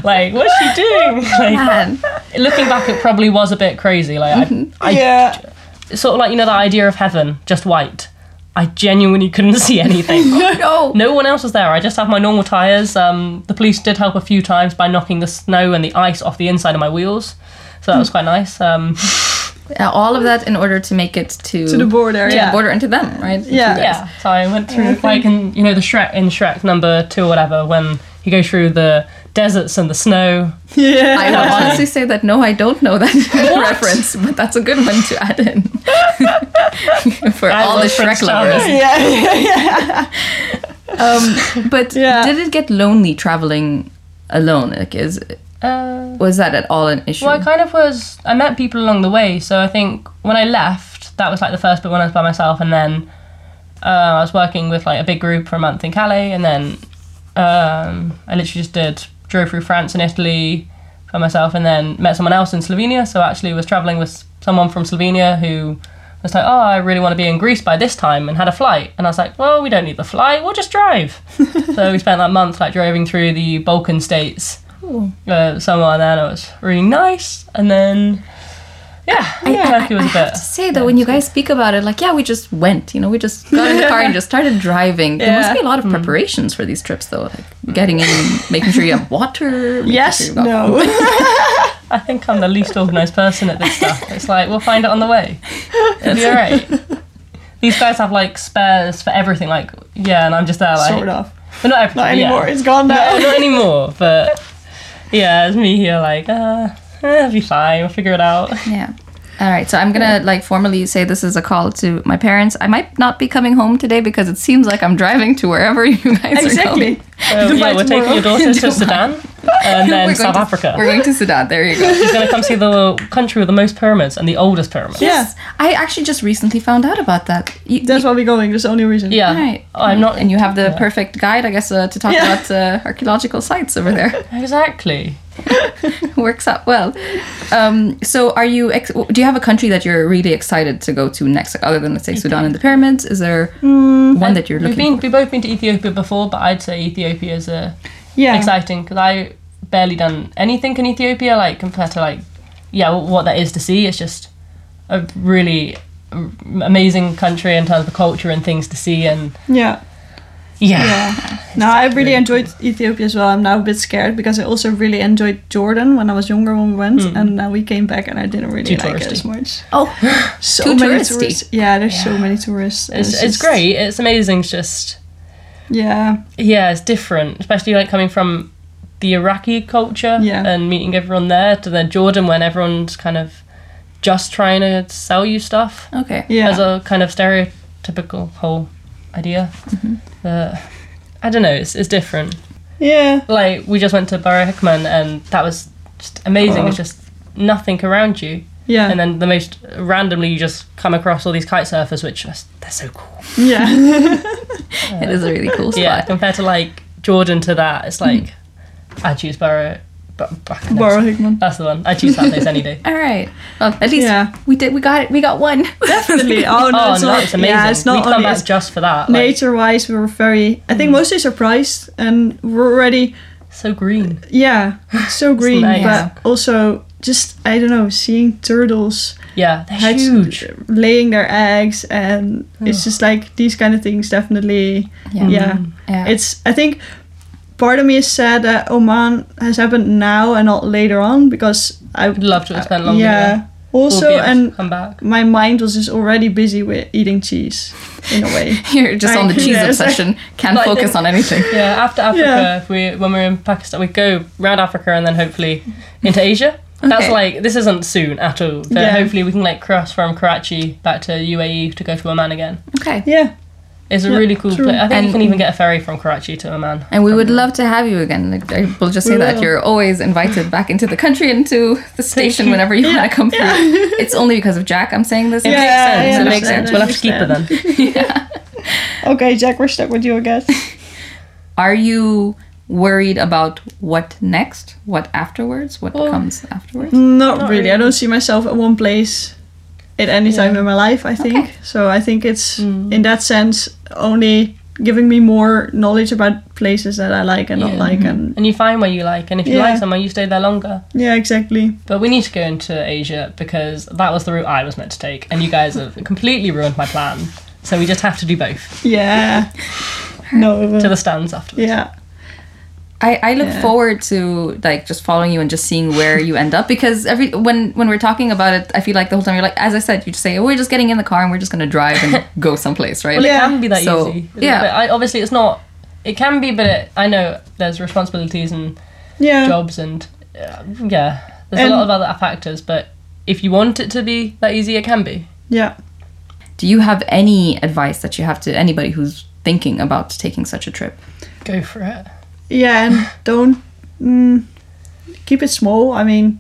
F: Like, what's she doing? Like,
D: (laughs)
E: (laughs)
D: Man,
F: looking back, it probably was a bit crazy. Like, I,
E: Mm-hmm.
F: I (laughs)
E: yeah,
F: sort of like you know that idea of heaven, just white. I genuinely couldn't see anything.
D: (laughs) no.
F: No one else was there. I just had my normal tires. Um, the police did help a few times by knocking the snow and the ice off the inside of my wheels, so that was quite nice. Um,
D: Uh, all of that in order to make it to
E: to the border.
D: to
E: yeah,
D: the border and to them, right?
E: Yeah.
F: yeah, so I went through like in you know the Shrek in Shrek number two or whatever when he goes through the deserts and the snow.
E: yeah.
D: I would honestly say that no, I don't know that (laughs) reference, but that's a good one to add in (laughs) for
F: I
D: all the
F: love
D: Shrek
F: Prince
D: lovers.
E: (laughs)
F: Charming.
E: yeah, yeah, yeah.
F: (laughs)
D: Um, but
E: Yeah.
D: did it get lonely traveling alone? Like, is
F: Uh,
D: was that at all an issue?
F: Well, I kind of was. I met people along the way, so I think when I left, that was like the first bit when I was by myself, and then uh, I was working with like a big group for a month in Calais, and then um, I literally just did drove through France and Italy by myself, and then met someone else in Slovenia. So I actually, was traveling with someone from Slovenia who was like, "Oh, I really want to be in Greece by this time," and had a flight, and I was like, "Well, we don't need the flight. We'll just drive." so we spent that month like driving through the Balkan states uh, somewhere there, and it was really nice. And then, yeah, Turkey was a
D: have to
F: bit.
D: say though, when you guys speak about it, like, yeah, we just went. You know, we just got in the car and just started driving. There must
E: Yeah.
D: be a lot
F: Hmm.
D: of preparations for these trips, though. Like getting in, making sure you have water. making sure
E: Yes,
D: you've got
E: no.
F: I think I'm the least organised person at this stuff. It's like we'll find it on the way. It'll be alright. These guys have like spares for everything, like yeah, and I'm just there like
E: (laughs) sort of.
F: But not everything.
E: Not
F: yeah.
E: anymore. It's gone now. (laughs)
F: No, not anymore. But yeah, it's me here like uh, eh, it'll be fine. We'll figure it out.
D: Yeah. All right. So I'm gonna like formally say this is a call to my parents. I might not be coming home today because it seems like I'm driving to wherever (laughs) you guys are
E: exactly.
D: going.
F: So, yeah, we're taking your daughter to
D: Dubai.
F: Sudan and then
D: (laughs) We're going
F: South
D: to-
F: Africa.
D: We're going to Sudan. There you go.
F: She's gonna come see the country with the most pyramids and the oldest pyramid.
E: (laughs) Yeah,
D: I actually just recently found out about that. You,
E: that's why we're going. That's the only reason.
F: Yeah.
D: Right.
F: I'm not.
D: and you have the perfect guide, I guess, uh, to talk
E: Yeah.
D: about uh, archaeological sites over
E: (laughs)
D: there. (laughs)
F: Exactly.
D: Works out well. Um, so, are you? Ex- do you have a country that you're really excited to go to next, like, other than let's say Sudan and the pyramids? Is there
E: Mm,
D: one that you're
F: We've
D: looking?
F: been. We've both been to Ethiopia before, but I'd say Ethiopia is uh,
E: yeah.
F: exciting because I barely done anything in Ethiopia, like compared to like, yeah, what that is to see. It's just a really um, amazing country in terms of culture and things to see and
E: Yeah.
F: yeah.
E: No, I really enjoyed Ethiopia as well. I'm now a bit scared because I also really enjoyed Jordan when I was younger when we went, and now we came back and I didn't really
F: Hmm. Too
E: like
F: touristy.
E: it as much.
D: Oh,
E: So
D: Too
E: many
D: touristy.
E: tourists. Yeah, there's so many tourists. and
F: It's, it's
E: just-
F: great. It's amazing. It's just
E: Yeah.
F: yeah, it's different, especially like coming from the Iraqi culture
E: Yeah.
F: and meeting everyone there to then Jordan when everyone's kind of just trying to sell you stuff
D: (laughs) Okay.
E: Yeah.
F: as a kind of stereotypical whole idea.
E: Mm-hmm.
F: That- I don't know, it's, it's different.
E: yeah.
F: Like, we just went to Borough Hickman and that was just amazing. It's just nothing around you.
E: Oh. Yeah.
F: And then the most randomly, you just come across all these kite surfers, which are, they're so cool. (laughs)
E: yeah. (laughs)
D: It is a really cool spot.
F: Yeah, compared to like Jordan to that,
E: Mm.
F: it's like I choose Burrow. Bu- Buck- no,
E: Borrow Hickman.
F: That's the one. I choose that place any day.
D: All right. Well, at least
E: Yeah.
D: we did. We got it. We got one. (laughs)
E: Definitely. (laughs) (laughs) Oh no,
F: Oh,
E: it's
F: no,
E: not.
F: it's amazing.
E: Yeah, it's not
F: we come
E: only.
F: back
E: it's-
F: just for that. Like, Mm.
E: Nature-wise, we were very. I think mostly surprised, and we're already.
F: so green.
E: Yeah,
F: (sighs)
E: so green,
F: nice.
E: but also just I don't know, seeing turtles
F: Yeah, they're
E: hatch-
F: huge.
E: laying their eggs, and it's just like these kind of things. Definitely,
D: Yeah.
F: Mm.
E: yeah.
D: Yeah.
E: It's I think part of me is sad that Oman has happened now and not later on because I
F: I'd love to have spent longer.
E: yeah. Also,
F: we'll be able to
E: and
F: come back.
E: my mind was just already busy with eating cheese in a way.
D: You're just on the
E: Like, (laughs)
D: cheese
E: yeah, it's like-
D: obsession. Can't
F: Like-
D: focus on anything. (laughs)
F: Yeah, after Africa,
E: Yeah.
F: if we when we're in Pakistan, we go round Africa and then hopefully into Asia. That's
D: Okay.
F: like this isn't soon at all. But
E: Yeah.
F: hopefully we can like cross from Karachi back to UAE to go to Oman again.
D: Okay.
E: yeah,
F: It's a
E: Yeah,
F: really cool
E: true.
F: place. I think
D: And-
F: you can even get a ferry from Karachi to Oman.
D: And we would love to have you again. Like, I will just say that
E: will.
D: you're always invited back into the country and to the
F: (laughs)
D: station whenever you want to come through. It's only because of Jack. I'm saying this.
E: Yeah.
F: makes sense.
E: I
F: It makes sense.
E: understand,
F: We'll have to keep her then.
E: okay, Jack, we're stuck with you, I guess.
D: Are you worried about what next? What afterwards? What
F: Oh.
D: comes afterwards?
E: Not, really. I don't see myself at one place at any time in my life, I think. So I think it's, in that sense, only giving me more knowledge about places that I like and not
F: Yeah.
E: like. And
F: And you find where you like, and if you
E: Yeah.
F: like somewhere, you stay there longer.
E: yeah, exactly.
F: But we need to go into Asia because that was the route I was meant to take, and you guys have (laughs) completely ruined my plan. So we just have to do both
E: Yeah. no.
F: to
E: but-
F: the stands afterwards.
E: yeah.
D: I, I look forward to like just following you and just seeing where you end up because every when when we're talking about it, I feel like the whole time you're like, as I said, you just say, oh, we're just getting in the car and we're just gonna drive
F: (laughs)
D: and go someplace, right?
F: Well,
E: Yeah.
F: it can be that
D: So,
F: easy.
D: yeah.
F: But I, obviously, it's not. It can be, but it, I know there's responsibilities and
E: Yeah.
F: jobs, and uh, yeah, there's
E: And-
F: a lot of other factors. But if you want it to be that easy, it can be.
E: Yeah.
D: Do you have any advice that you have to anybody who's thinking about taking such a trip?
F: Go for it.
E: Yeah. (sighs) And don't mm, keep it small. I mean,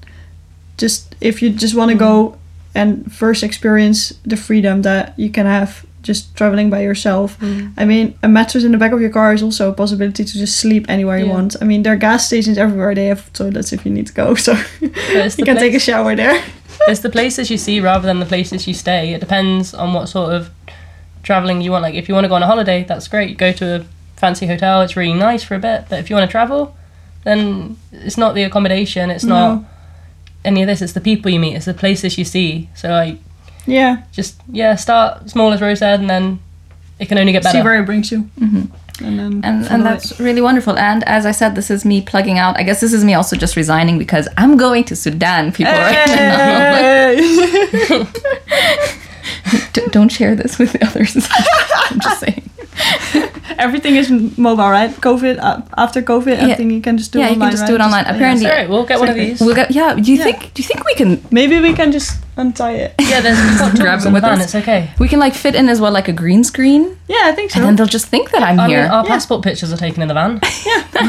E: just if you just want to go and first experience the freedom that you can have just traveling by yourself. I mean, a mattress in the back of your car is also a possibility to just sleep anywhere you
F: Yeah.
E: want. I mean, there are gas stations everywhere. They have toilets if you need to go, (laughs) so (laughs) you can
F: it's the
E: take a
F: place.
E: shower there.
F: it's the places you see rather than the places you stay. It depends on what sort of traveling you want. Like if you want to go on a holiday, that's great. Go to a fancy hotel, it's really nice for a bit. But if you want to travel, then it's not the accommodation, it's not
E: No.
F: any of this. It's the people you meet, it's the places you see. So like
E: Yeah,
F: just yeah, start small as Rose said, and then it can only get better.
E: see where it brings you. Mm-hmm. And then
D: And,
E: follow
D: and
E: it.
D: that's really wonderful. And as I said, this is me plugging out. I guess this is me also just resigning because I'm going to Sudan, people.
E: (laughs)
D: (laughs) Right now.
E: Hey!
D: D- don't share this with the others. (laughs) I'm just saying.
E: Everything is m- mobile, right? COVID uh, after COVID,
D: Yeah.
E: I think you can just do
D: Yeah,
E: it
D: you can
E: online.
D: just
E: right?
D: do it online.
E: yeah.
D: Apparently-
F: Alright, we'll get one of these.
D: We'll get, yeah. Do you
E: Yeah.
D: think? Do you think we can?
E: maybe we can just untie
D: (laughs)
E: it.
F: Yeah, there's we've got
D: Grab
F: tools
D: it
F: in the
D: with
F: van,
D: us.
F: it's okay.
D: We can like fit in as well, like a green screen,
E: Yeah, I think so.
D: and then they'll just think that I'm
F: I mean, oh.
D: here. (laughs)
F: our passport pictures are taken in the van.
D: there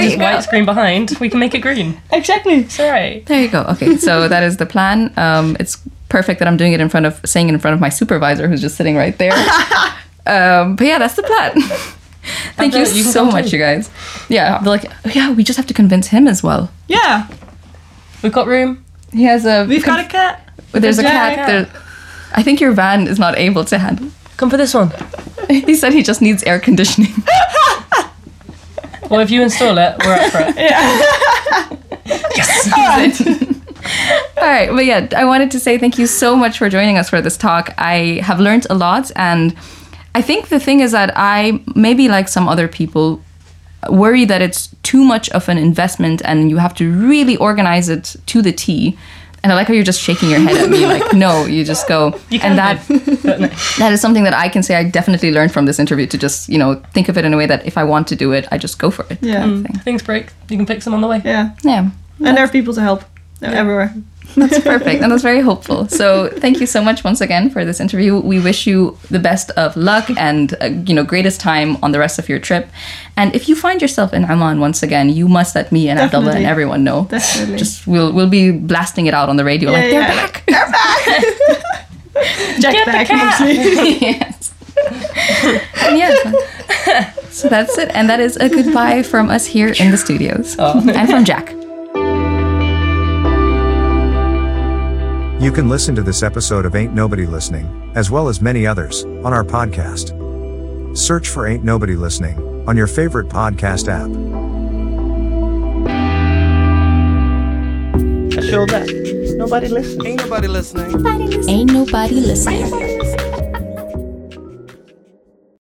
F: There's
D: you go.
F: white screen behind. We can make it green.
E: exactly.
F: It's alright.
D: There you go. Okay, so that is the plan. Um, it's perfect that I'm doing it in front of, saying it in front of my supervisor, who's just sitting right there. um, but yeah, that's the plan. (laughs) Thank you,
F: Abdullah, you can
D: so
F: come
D: much,
F: too.
D: you guys. Yeah, I'll be like, oh, yeah, we just have to convince him as well.
E: Yeah,
F: We've got room.
D: He has a.
E: we've got a cat.
D: There's a
E: Yeah,
D: cat.
E: yeah.
D: There, I think your van is not able to handle. (laughs)
F: Come for this one.
D: He said he just needs air conditioning.
F: Well, if you install it, we're up for
D: (laughs)
F: it.
D: All right, but yeah, I wanted to say thank you so much for joining us for this talk. I have learned a lot, and I think the thing is that I maybe like some other people worry that it's too much of an investment and you have to really organize it to the T And I like how you're just shaking your head at me, like, no, you just go.
F: You
D: and
F: can
D: that (laughs) that is something that I can say I definitely learned from this interview to just, you know, think of it in a way that if I want to do it, I just go for it.
E: Yeah.
D: kind of thing.
F: Things break. You can fix them on the way.
E: Yeah.
D: Yeah.
E: And there are people to help They're everywhere.
D: That's perfect. And that's very hopeful. So thank you so much once again for this interview. We wish you the best of luck and, uh, you know, greatest time on the rest of your trip. And if you find yourself in Amman once again, you must let me and Abdullah and
E: Definitely.
D: everyone know.
E: Definitely.
D: Just we'll, we'll be blasting it out on the radio like, they're
E: yeah.
D: back.
E: Jack back,
D: (laughs)
E: mostly.
D: yes. and yeah. So that's it. And that is a goodbye from us here in the studios.
E: Oh.
D: And from Jack.
G: You can listen to this episode of Ain't Nobody Listening, as well as many others, on our podcast. Search for Ain't Nobody Listening on your favorite podcast app.
B: I showed up. Nobody listening.
A: Ain't nobody listening.
C: Ain't nobody listening.